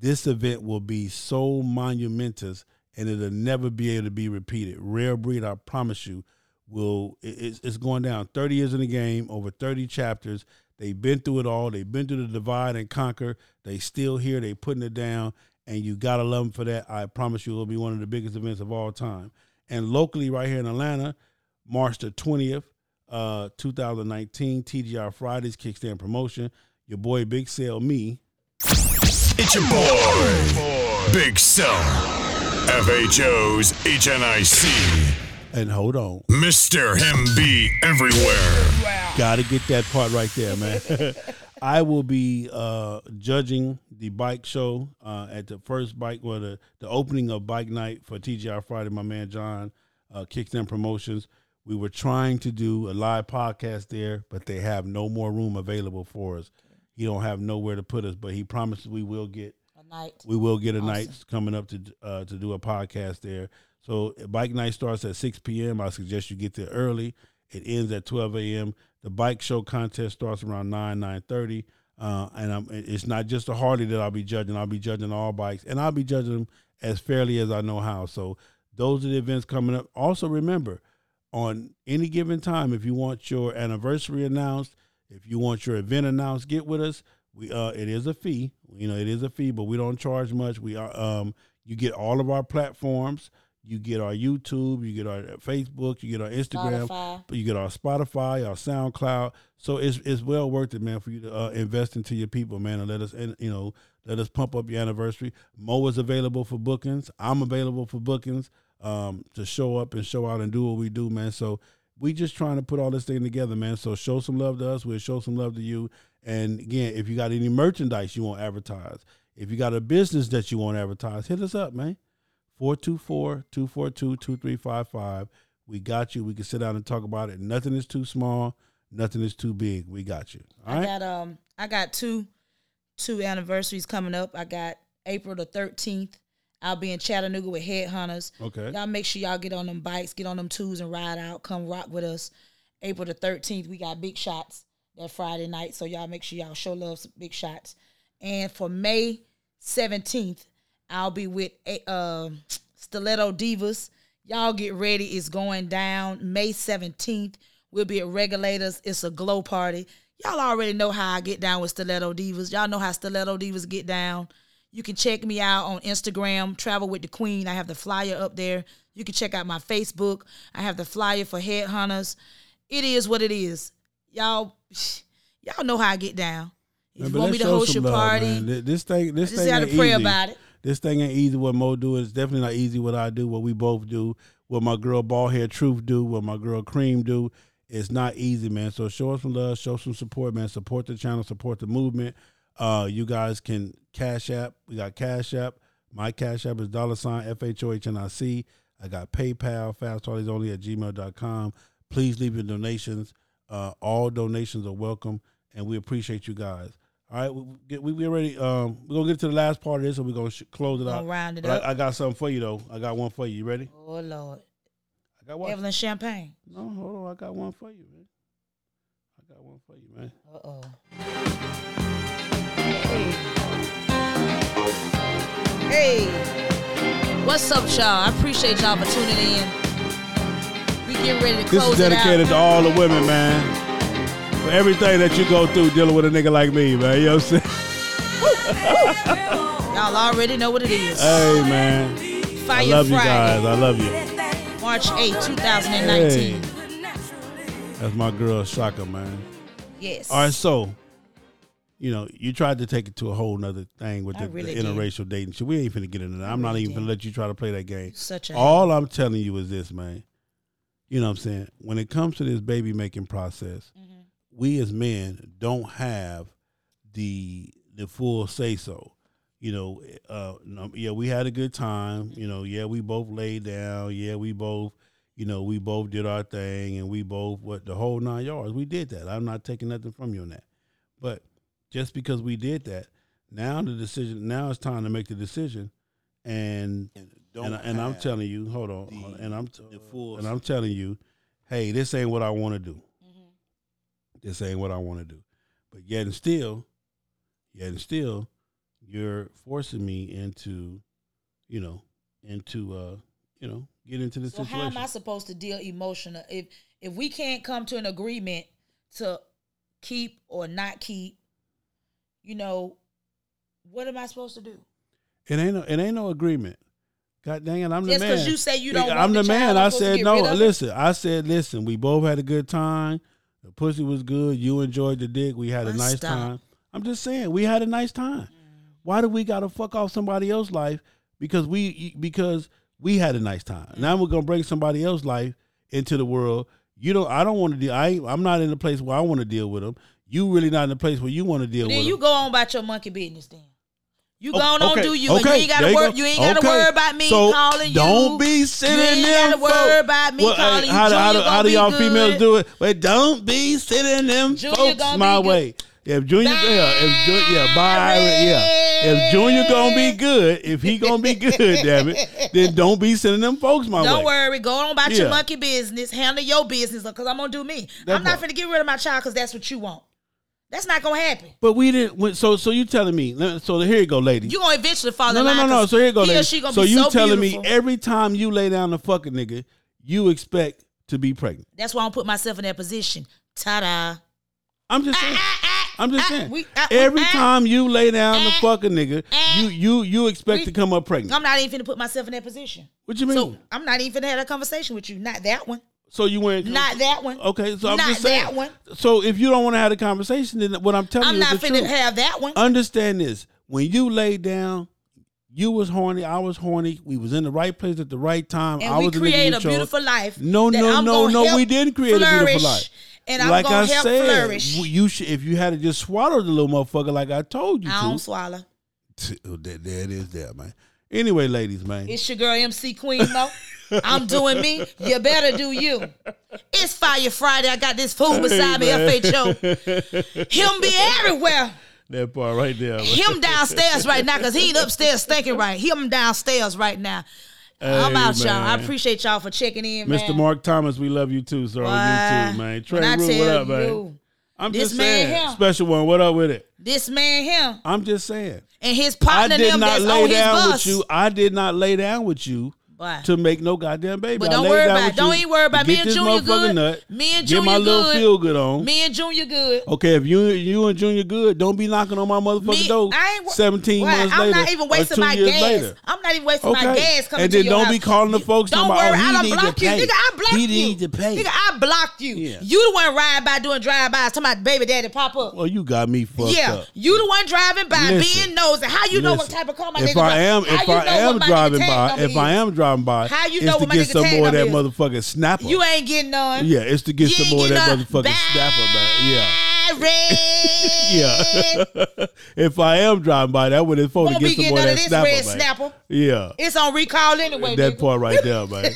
this event will be so monumentous and it'll never be able to be repeated. Rare breed, I promise you, will it- it's, it's going down. Thirty years in the game, over thirty chapters. They've been through it all. They've been through the divide and conquer. They still here. They putting it down, and you gotta love them for that. I promise you, it'll be one of the biggest events of all time. And locally, right here in Atlanta, March the twentieth, uh, 2019, TGI Fridays kickstand promotion. Your boy Big Sell me. It's your boy, Big Cell. FHO's HNIC. And hold on. Mr. MB everywhere. Gotta get that part right there, man. I will be uh, judging the bike show uh, at the first bike, well, the, the opening of bike night for TGI Friday. My man John uh, Kickstand Promotions. We were trying to do a live podcast there, but they have no more room available for us. He don't have nowhere to put us, but he promised we will get A night. We will get a Awesome. night coming up to uh, to do a podcast there. So bike night starts at 6 p.m. I suggest you get there early. It ends at 12 a.m. The bike show contest starts around 9 9:30. Uh, and I'm, it- it's not just the Harley that I'll be judging. I'll be judging all bikes, and I'll be judging them as fairly as I know how. So those are the events coming up. Also remember, on any given time, if you want your anniversary announced, if you want your event announced, get with us. We uh, it is a fee. You know, it is a fee, but we don't charge much. We are um, you get all of our platforms. You get our YouTube, you get our uh, Facebook, you get our Instagram, Spotify. but you get our Spotify, our SoundCloud. So it's it's well worth it, man, for you to uh, invest into your people, man, and let us and you know let us pump up your anniversary. Mo is available for bookings. I'm available for bookings um, to show up and show out and do what we do, man. So we just trying to put all this thing together, man. So show some love to us. We'll show some love to you. And again, if you got any merchandise you want to advertise, if you got a business that you want to advertise, hit us up, man. 424-242-2355. We got you. We can sit down and talk about it. Nothing is too small. Nothing is too big. We got you. All I right. got um I got two two anniversaries coming up. I got April the thirteenth. I'll be in Chattanooga with Headhunters. Okay. Y'all make sure y'all get on them bikes, get on them twos and ride out. Come rock with us. April the thirteenth, we got big shots that Friday night. So y'all make sure y'all show love some big shots. And for May seventeenth, I'll be with a um Stiletto Divas. Y'all get ready. It's going down May 17th. We'll be at Regulators. It's a glow party. Y'all already know how I get down with Stiletto Divas. Y'all know how Stiletto Divas get down. You can check me out on Instagram, Travel with the Queen. I have the flyer up there. You can check out my Facebook. I have the flyer for Headhunters. It is what it is. Y'all, y'all know how I get down. If Man, you but want me let's to show host some your love, party, man. Th- This thing, this I just thing had to ain't pray easy. about it. This thing ain't easy what Mo do. It's definitely not easy what I do, what we both do, what my girl Bald Hair Truth do, what my girl Cream do. It's not easy, man. So show us some love, show some support, man. Support the channel, support the movement. Uh, you guys can Cash App. We got Cash App. My Cash App is dollar sign F H O H N I C. I got PayPal, fasthardiesonly at gmail.com. Please leave your donations. Uh, all donations are welcome, and we appreciate you guys. All right, we get, we, we already um, we're gonna get to the last part of this, and we're gonna sh- close it out. Gonna round it But I- up. I, got something for you though. I got one for you. You ready? Oh Lord. I got one. Evelyn Champagne. No, hold on. I got one for you, man. I got one for you, man. Uh oh. Hey. What's up, y'all? I appreciate y'all for tuning in. We getting ready This to close is dedicated to all the women, man. For everything that you go through dealing with a nigga like me, man. You know what I'm saying? it out. y'all already know what it is. Hey, man. I Fire love you Friday. guys. I love you. March 8th, 2019. Hey. That's my girl, Shaka, man. Yes. All right, so, you know, you tried to take it to a whole nother thing with I the, the really did. interracial dating shit. We ain't finna get into that. I'm not really even did. finna let you try to play that game. Such a- All I'm telling you is this, man. You know what I'm saying? When it comes to this baby making process, we as men don't have the the full say so. You know, uh, no- yeah, we had a good time. You know, yeah, we both laid down. Yeah, we both, you know, we both did our thing, and we both what the whole nine yards. We did that. I'm not taking nothing from you on that. But just because we did that, now the decision. Now it's time to make the decision, and and, and, I'm telling you, hold on, hold on, and I'm t- and I'm telling you, hey, this ain't what I want to do. This ain't what I want to do. But yet and still, yet and still, you're forcing me into, you know, into uh, you know, get into this So how situation. am I supposed to deal emotional if if we can't come to an agreement to keep or not keep? You know, what am I supposed to do? It ain't no, it ain't no agreement. God dang it, I'm Just the man. 'cause you say you don't I'm want the the child, man. I'm I supposed to said get no. rid of it? Listen, I said listen. We both had a good time. The pussy was good. You enjoyed the dick. We had a Why nice stop? time. I'm just saying we had a nice time. Why do we gotta fuck off somebody else's life because we e, because we had a nice time? Mm. Now we're gonna bring somebody else's life into the world. You don't. I don't want to deal. I ain't- I'm not in the place where I want to deal with them. You really not in the place where you want to deal with Then 'em. you go on about your monkey business. Then you Oh, go on, okay, do you, and okay, you ain't gotta there worry. go. You ain't gotta Okay, worry about me so calling you. Don't be You sitting ain't there. gotta worry about me calling you. How do, how do, Junior how gonna do be y'all good. females do it? But don't be sitting them Junior folks gonna my be good. way. If Junior, yeah, if Ju- yeah, Byron, yeah. If Junior gonna be good, if he gonna be good, damn it, then don't be sending them folks my Don't way. worry. Go on about Yeah. your monkey business. Handle your business because I'm gonna do me. That I'm not part. gonna get rid of my child because that's what you want. That's not gonna happen. But we didn't. when- So, so you telling me? let- So here you go, lady. You gonna eventually fall no, in no, line. no, no. 'cause So here you go, he or lady. she gonna So be you so telling me beautiful. every time you lay down the fucking nigga, you expect to be pregnant? That's why I don't put myself in that position. Ah, Ta da. I'm just saying. I'm just saying. we- ah, we- Every ah. time you lay down the fucking nigga, you you you expect We- to come up pregnant. I'm not even finna put myself in that position. what you mean? So, I'm not even finna have a conversation with you. Not that one. you went Not that one. Okay, so I'm Not just saying. that one. So if you don't want to have a conversation, then what I'm telling I'm you not is the finna truth. have that one. Understand this: when you lay down, you was horny, I was horny. We was in the right place at the right time. and I we was the nigga create you a chose. beautiful life. No, that no, I'm no, gonna no. help We didn't create a flourish, beautiful life. And I'm like gonna I help said, flourish. w- you should if you had to just swallow the little motherfucker like I told you I to. don't swallow. Oh, there, there it is, there, man. Anyway, ladies, man. It's your girl MC Queen Mo. I'm doing me. You better do you. It's Fire Friday. I got this fool Oh, beside me, Hey, man. FHO. Him be everywhere. That part right there. man. Him downstairs right now, cause he ain't upstairs thinking right. Him downstairs right now. I'm Hey, out, y'all. I man. appreciate y'all for checking in, man. Mr. Mark Thomas, we love you too, sir. On Why? YouTube, man. When Trey, I Rue, what tell up, man? you, I'm this just man saying, here. special one. What up with it? This man, him, I'm just saying. and his I partner, did them not that's lay on his down bus. with you. I did not lay down with you Why? to make no goddamn baby. But I don't laid worry down about with it. Don't even worry about it. Get me and this Junior motherfucking good. Nut, Me and get Junior my little good. feel good on. Me and Junior good. Okay, if you you and Junior good, don't be knocking on my motherfucking Me, door. I ain't, wa- Seventeen Why? months I'm later, not even or wasting two my years gas. Later. I'm not even wasting my gas coming and then to your don't house. be calling the folks. Don't talking worry, about, oh, he I done need blocked to you. pay. Nigga, I blocked he you. He need to pay. Nigga, I blocked you. Yeah. You the one riding by doing drive bys. Talking about baby daddy pop up. well, you got me fucked yeah, up. you the one driving by, Listen. being nosy. How you know what Listen, type of car my if nigga I drive? am How if you I know am what my nigga driving tag by number if I is? am driving by How you it's know to what my get nigga some tag more of that number motherfucking snapper You ain't getting none. yeah it's to get You some ain't more of that getting motherfucking snapper man yeah yeah if I am driving by that would it's supposed to Won't be get some getting more none of of that this snapper red man. snapper. yeah It's on recall anyway. that nigga. part right there man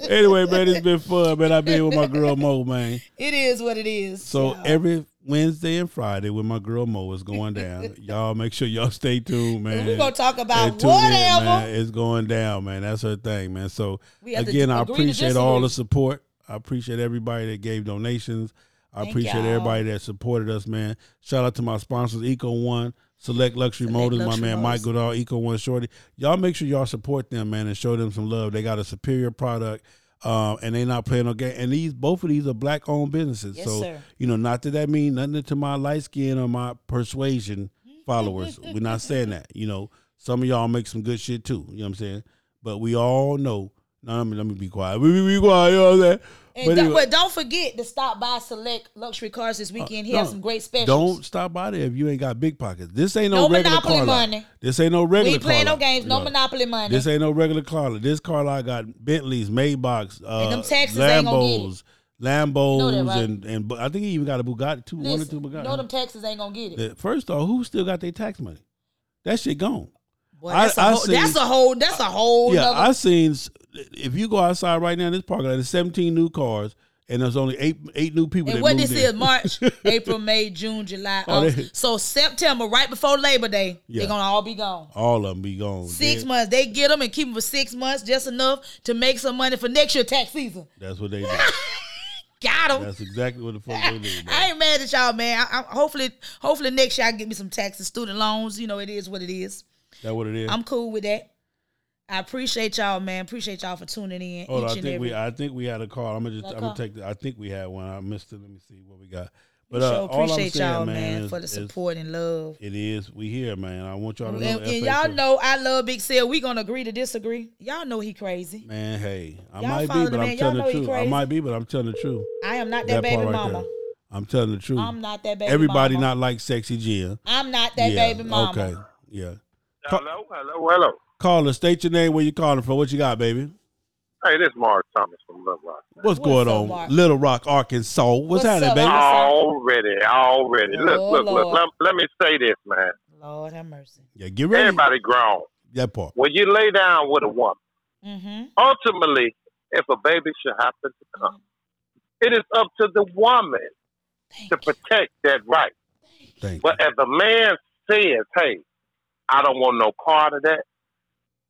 anyway man it's been fun man I've been here with my girl Mo man It is what it is. So every Wednesday and Friday when my girl Mo is going down, y'all make sure y'all stay tuned, man. we gonna talk about And tune in, whatever. man. It's going down, man. That's her thing, man. So We have to again, I agree to appreciate all disagree. the support. I appreciate everybody that gave donations. I Thank appreciate y'all. everybody that supported us, man. Shout out to my sponsors, Eco One, Select Luxury Motors, my Luxury man Motors. Mike Goodall, Eco One Shorty. Y'all make sure y'all support them, man, and show them some love. They got a superior product. Um, and they not playing no game. And these both of these are black owned businesses. Yes, so sir. you know, not that that mean nothing to my light skin or my persuasion followers. We're not saying that. You know, some of y'all make some good shit too. You know what I'm saying? But we all know. No, let me, let me be quiet. We be, be quiet. You know what I'm saying? And But don't, anyway, but don't forget to stop by Select Luxury Cars this weekend. He no, has some great specials. Uh, Don't stop by there if you ain't got big pockets. This ain't no, No regular Monopoly car lot. money. This ain't no regular we ain't playing car no lot. games, no Yeah. Monopoly money. This ain't no regular car lot. This car lot got Bentleys, Maybachs, uh, them taxes ain't gonna get it. Lambos, Lambos, You know that, right? and and but I think he even got a Bugatti too. one or two Listen, Bugatti. no, them taxes ain't gonna get it. That- First off, who still got their tax money? That shit gone. Boy, that's, a I- I whole, that's seen- a whole. That's a whole. Yeah, nother- I seen. s- If you go outside right now in this parking lot, there's 17 new cars, and there's only eight eight new people. and that what moved this in. is March, April, May, June, July, Oh, August. they- so September, right before Labor Day, Yeah. Oh, they're gonna all be gone. All of them be gone. Six Dead. months, they get them and keep them for six months, just enough to make some money for next year tax season. That's what they do. Got them. That's exactly what the fuck they do. man. I ain't mad at y'all, man. I, I, hopefully, hopefully next year I get me some taxes, student loans. You know, it is what it is. That what it is. I'm cool with that. I appreciate y'all, man. Appreciate y'all for tuning in Hold on, each I and think every. we I think we had a call. I'm gonna just Got a I'm gonna call? take. The, I think we had one. I missed it. Let me see what we got. We But uh, sure all I'm appreciate saying, y'all, man, man, is- for the is support and love. It is. We here, man. I want y'all to And, know. and FA y'all too. know I love Big Cell. We gonna agree to disagree. Y'all know he crazy. Man, hey, I Y'all might follow be, the but man. I'm Y'all telling know the he truth. I crazy. might be, but I'm telling the truth. I am not that, part baby right mama. there. I'm telling the truth. I'm not that baby Everybody mama. not like sexy Jim. I'm not that Yeah, baby mama. Okay. Yeah. Hello, hello, hello. Caller, state your name. Where you calling from? What you got, baby? Hey, this is Mark Thomas from Little Rock. What's, going on, Little Rock, Arkansas? What's, happening, baby? Already, already. look, Oh, look, look. Lord. Let, let me say this, man. Lord have mercy. Yeah, get ready. Everybody grown. That part. When you lay down with a woman, Mm-hmm. ultimately, if a baby should happen to come, it is up to the woman to protect that right. but if a man says, hey, I don't want no part of that,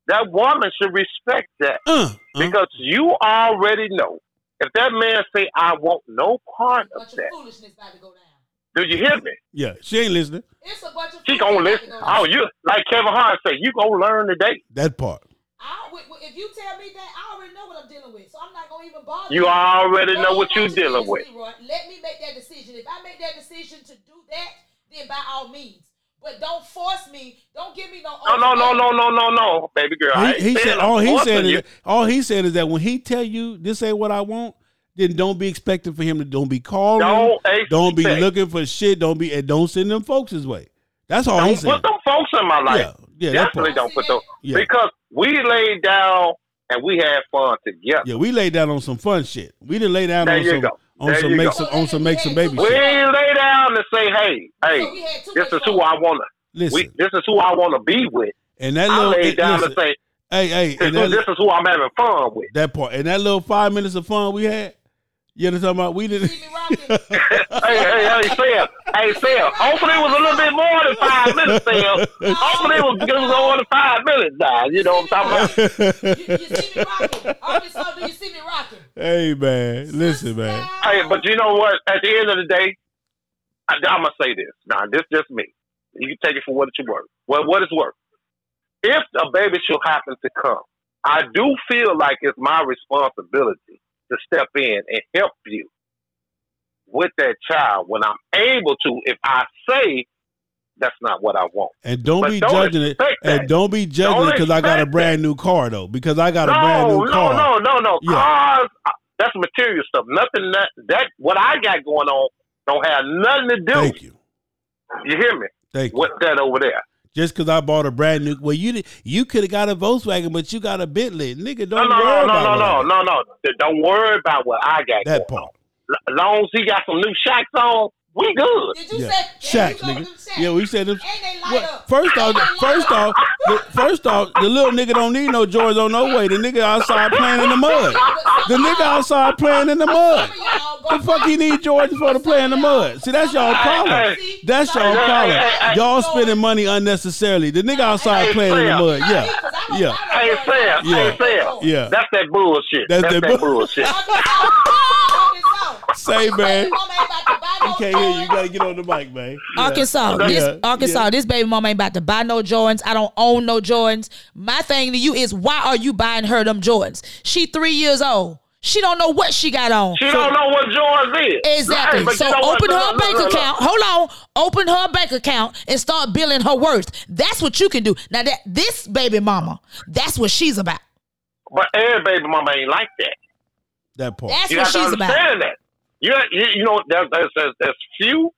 that woman should respect that. Uh, because you already know. If that man say, I want no part of that, Foolishness about to go down. do you hear me? Yeah, she ain't listening. It's a bunch of. She gonna listen. Oh, you like Kevin Hart say, you gonna learn today. That part. I, w- w- if you tell me that, I already know what I'm dealing with, so I'm not gonna even bother. You already know what you Let me make dealing this, with. Leroy. Let me make that decision. If I make that decision to do that, then by all means. But don't force me. Don't give me no. No, no, no, no, no, no, no, baby girl. He, I ain't he saying said I'm all he forcing said you. is all he said is that when he tell you this ain't what I want, then don't be expecting for him to don't be calling, Don't don't be expect. looking for shit, don't be and don't send them folks his way. That's all he don't said. put them folks in my life. Yeah, yeah, that Definitely part. don't put them Yeah. because we laid down and we had fun together. Yeah, we laid down on some fun shit. We didn't lay down There on you some go. on There some you make go. some on some make some baby We shit. lay down and say, hey, hey, this is who I wanna. We, Listen. this is who I wanna be with. And that I little laid and down listen, and say, hey, hey, this, and that, this is who I'm having fun with. that part and that little five minutes of fun we had. You know what I'm talking about? We didn't. hey, hey, hey, Sam. Hey, Sam. Hopefully it was a little bit more than five minutes, Sam. Hopefully it was, it was more than five minutes, now. You know what I'm talking about? Arkansas, do you see me rocking? hey man, listen man. Hey, but you know what? At the end of the day, I, I'm gonna say this. Now, this just me. You can take it for what it's worth. Well, what it's worth. If a baby should happen to come, I do feel like it's my responsibility to step in and help you with that child when I'm able to. If I say that's not what I want, And don't But be don't judging it. expect that. And don't be judging Don't it because I got a expect brand new car though. Because I got a brand no, new car. no, no, no, no, Yeah. Cars, uh, that's material stuff. Nothing that that what I got going on don't have nothing to do. Thank you. You hear me? Thank you. with that over there. Just because I bought a brand new, well, you did, you could have got a Volkswagen, but you got a Bentley, nigga. No, Don't no, worry no, no, about no, what I got. no, no, no. Th- Don't worry about what I got. That going on. L- long as he got some new shocks on, we good. Did Yeah. Shaq, nigga. Yeah, we said them. What? First off, first off, the, first off, the little nigga don't need no Jordans on no way. The nigga outside playing in the mud. The nigga outside playing in the mud. The fuck he need Jordans for to play in the mud? See, that's y'all problem. That's y'all problem. Y'all spending money unnecessarily. The nigga outside playing in the mud. Yeah, yeah. Hey, Sam. Yeah. Hey, Sam. Yeah. That's that bullshit. That's That's, that that, bull- bullshit. Say, man. You can't hear you. You gotta get on the mic, man. Yeah. Arkansas, this Yeah. Arkansas, this baby mama ain't about to buy no Jordans. I don't own no Jordans. My thing to you is, why are you buying her them Jordans? She three years old. She don't know what she got on. She don't know what Jordans is. Exactly. Hey, but you so know what? open No, her no, no, bank no, no. account. Hold on. Open her bank account and start billing her worth. That's what you can do. Now that this baby mama, that's what she's about. But every baby mama ain't like that. That part. That's you what have to she's about. understand that. You, you, you know, there's, there's, there's, there's few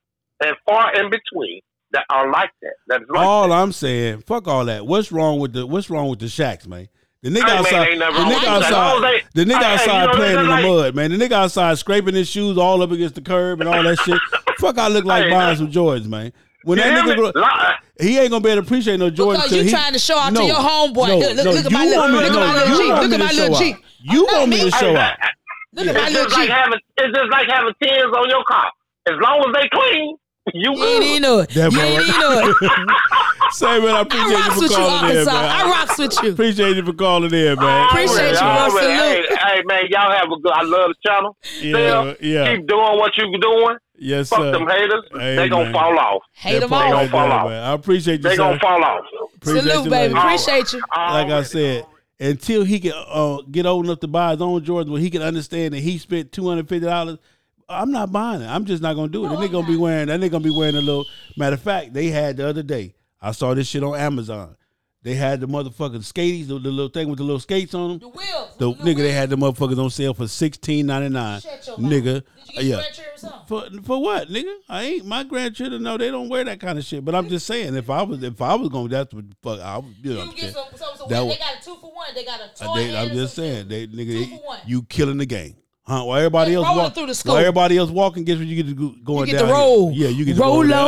and far in between that are like that. That is like All I'm saying, fuck all that. What's wrong with the What's wrong with the shacks, man? The nigga Hey, man, outside, ain't nothing the wrong nigga with that. All outside, they- the nigga Hey, hey, you outside know, playing nigga in the like- mud, man. The nigga outside scraping his shoes all up against the curb and all that shit. Fuck, I look like Hey, buying some Jordans, man. When You that hear nigga, grow, me? Lie. he ain't gonna be able to appreciate no Jordans. Because till you he- trying to show out to your homeboy. No, Look, look, no, look at my you little- want me- look at no, my little you cheek. want Look me at my to little show cheek. out. You want me to Hey, show that- out? Look at It's my little just like cheek. having it's just like having tins on your car. As long as they clean, You you ain't good. even know it. That You ain't even know it. Say, man, I appreciate I rocks you with for you, calling in, Arkansas. man. I rocks with you. Appreciate you for calling in, man. Appreciate you, All bro. right. Salute. Hey, hey, man, y'all have a good. I love the channel. Yeah, Still, yeah. Keep doing what you doing. Yes, Fuck sir. them haters. Hey, they gonna man. fall off. Hate That them part all. right They gonna there, fall man. I appreciate you. They sir. gonna fall off. Appreciate Salute, you, baby. lady. Appreciate you. Uh, like I said, until he can uh, get old enough to buy his own Jordans, where he can understand that he spent two hundred fifty dollars, I'm not buying it. I'm just not gonna do it. and they're gonna be wearing. And they're gonna be wearing a little. Matter of fact, they had the other day. I saw this shit on Amazon. They had the motherfucking skaties, the, the little thing with the little skates on them. The wheels. The, nigga, they had the motherfuckers on sale for sixteen ninety nine. Shut your mouth. Nigga, yeah. or something? For for what, nigga? I ain't my grandchildren. No, they don't wear that kind of shit. But I'm just saying, if I was if I was gonna, that's what the fuck. I would, you know. what I'm saying? Oh, That was- got a two for one. They got a I- Uh, they- I'm just saying, they Two nigga, for one. you killing the game, huh? While everybody else rolling walk, through the while scope. everybody else walking, guess what you get to go, going get down to roll. Here. Yeah, you get to Roll roll on.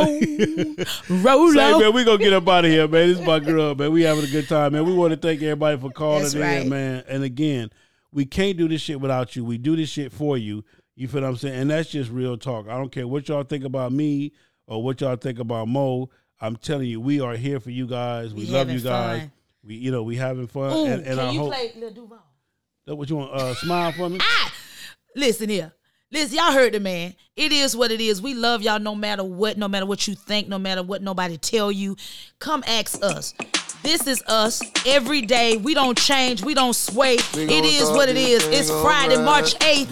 Roll Rolo. Say, man, we gonna get up out of here, man. This is my girl, man. We having a good time, man. We want to thank everybody for calling That's in, right. man. And again, we can't do this shit without you. We do this shit for you. You feel what I'm saying? And that's just real talk. I don't care what y'all think about me or what y'all think about Mo. I'm telling you, we are here for you guys. We, We love having you guys. fun. We, you know, we having fun. Ooh, and and can I you hope play Lil Duval? that what you want? Uh, smile for me. Ah, Listen here. Listen, y'all heard the man. It is what it is. We love y'all no matter what, no matter what you think, no matter what nobody tell you. Come ask us. This is us every day. We don't change. We don't sway. It is what it is. It's Friday, March 8th,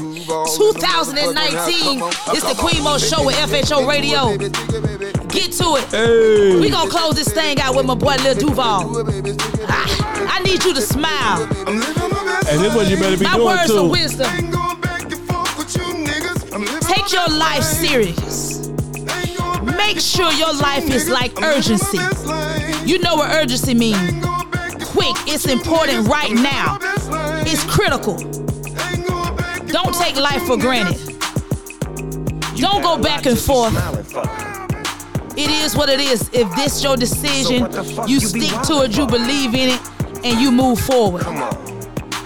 2019. It's the Queen Mo Show with FHO Radio. Get to it. We gonna close this thing out with my boy Lil Duval. Ah, I, I need you to smile. And this what you better be My doing words too. of wisdom. Take your life serious. Make sure your life is like urgency. You know what urgency means. Quick, it's important right now. It's critical. Don't take life for granted. Don't go back and forth. It is what it is. If this your decision, you stick to it, you believe in it, and you move forward.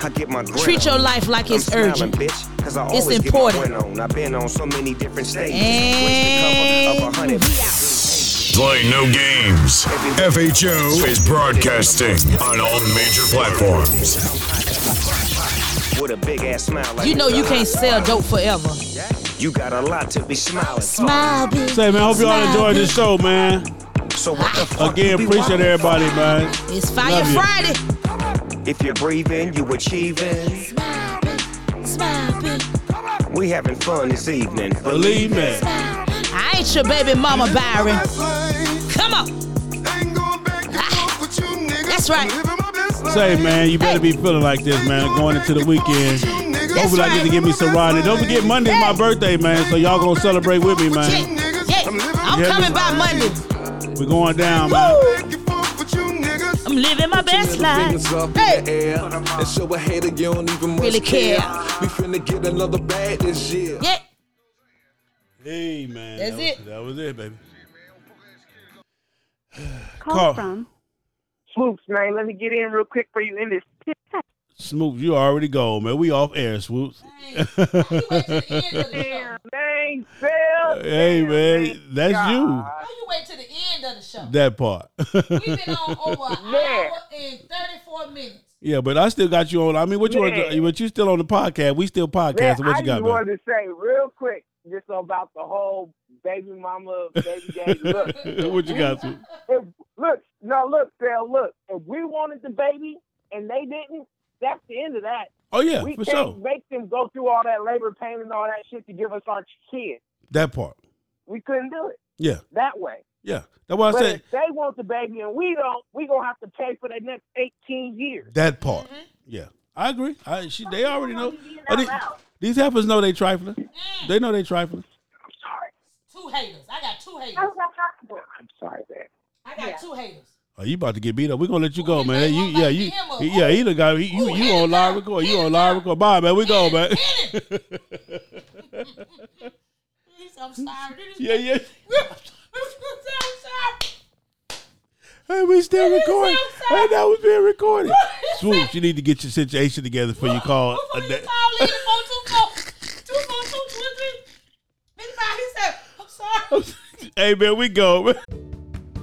I get my grind Treat your on. life like I'm it's smiling, urgent. bitch, 'cause I It's always get my important. grin on. I've been on so many different stages. And Wasted cover of a hundred. Play no games. FHO is broadcasting on all major platforms. With a big ass smile. Like You know you can't sell dope forever. You got a lot to be smiling. Smile, bitch. Say, man, hope y'all enjoyed this show, man. So what the fuck Again, you be appreciate wildin' for? everybody, man. It's Fire Love you. Friday. If you're breathing, you achieving. We having fun this evening. Believe me. I ain't your baby mama, Byron. Come on. Ah. That's right. Say, man, you better be feeling like this, man. Going into the weekend. Don't be like this to give me Serrani. Don't forget Monday's my birthday, man. So y'all gonna celebrate with me, man. Yeah, I'm Yeah, man. coming by Monday. We're going down, man. I'm living my best life. Fingers up in the air. And show a hater you don't even much Really care. We finna get another bag this year. Yeah. Hey, man. That's that was, it. That was it, baby. Call, Call. from Swoop's name. Let me get in real quick for you in this. Snoop, you already go, man. We off air, Swoops. Damn, dang, Phil. hey, man. That's you. Why you wait to the end of the show? That part. We've been on over an hour and 34 minutes. yeah, but I still got you on. I mean, what you want? Man. But you still on the podcast. We still Man, podcasting. What I you got, just man? wanted to say real quick just about the whole baby mama, baby daddy. Look, What you got, Swoop? If, look, no, look, Phil, look. If we wanted the baby and they didn't, that's the end of that. Oh, yeah, we for can't sure. make them go through all that labor pain and all that shit to give us our kids. That part. We couldn't do it Yeah, that way. yeah. That's why I but said if they want the baby and we don't, we gonna have to pay for the next eighteen years. that part. Mm-hmm. Yeah, I agree. I she, they already know. Oh, they- these heifers know they trifling. Mm. They know they trifling. Two haters. I got two haters. I I'm sorry, man. got two haters. Oh, you about to get beat up? We gonna let you go, man. You, yeah, you, him up. yeah. He the guy. He, you, you on live record. You on live record. Bye, man. We go, man. Please, I'm sorry. Yeah, yeah. I'm sorry. Hey, we still recording. Hey, that was being recorded. Swoops, you need to get your situation together before you call. a da- Call in 424 He said, I'm sorry. Hey, man, we go.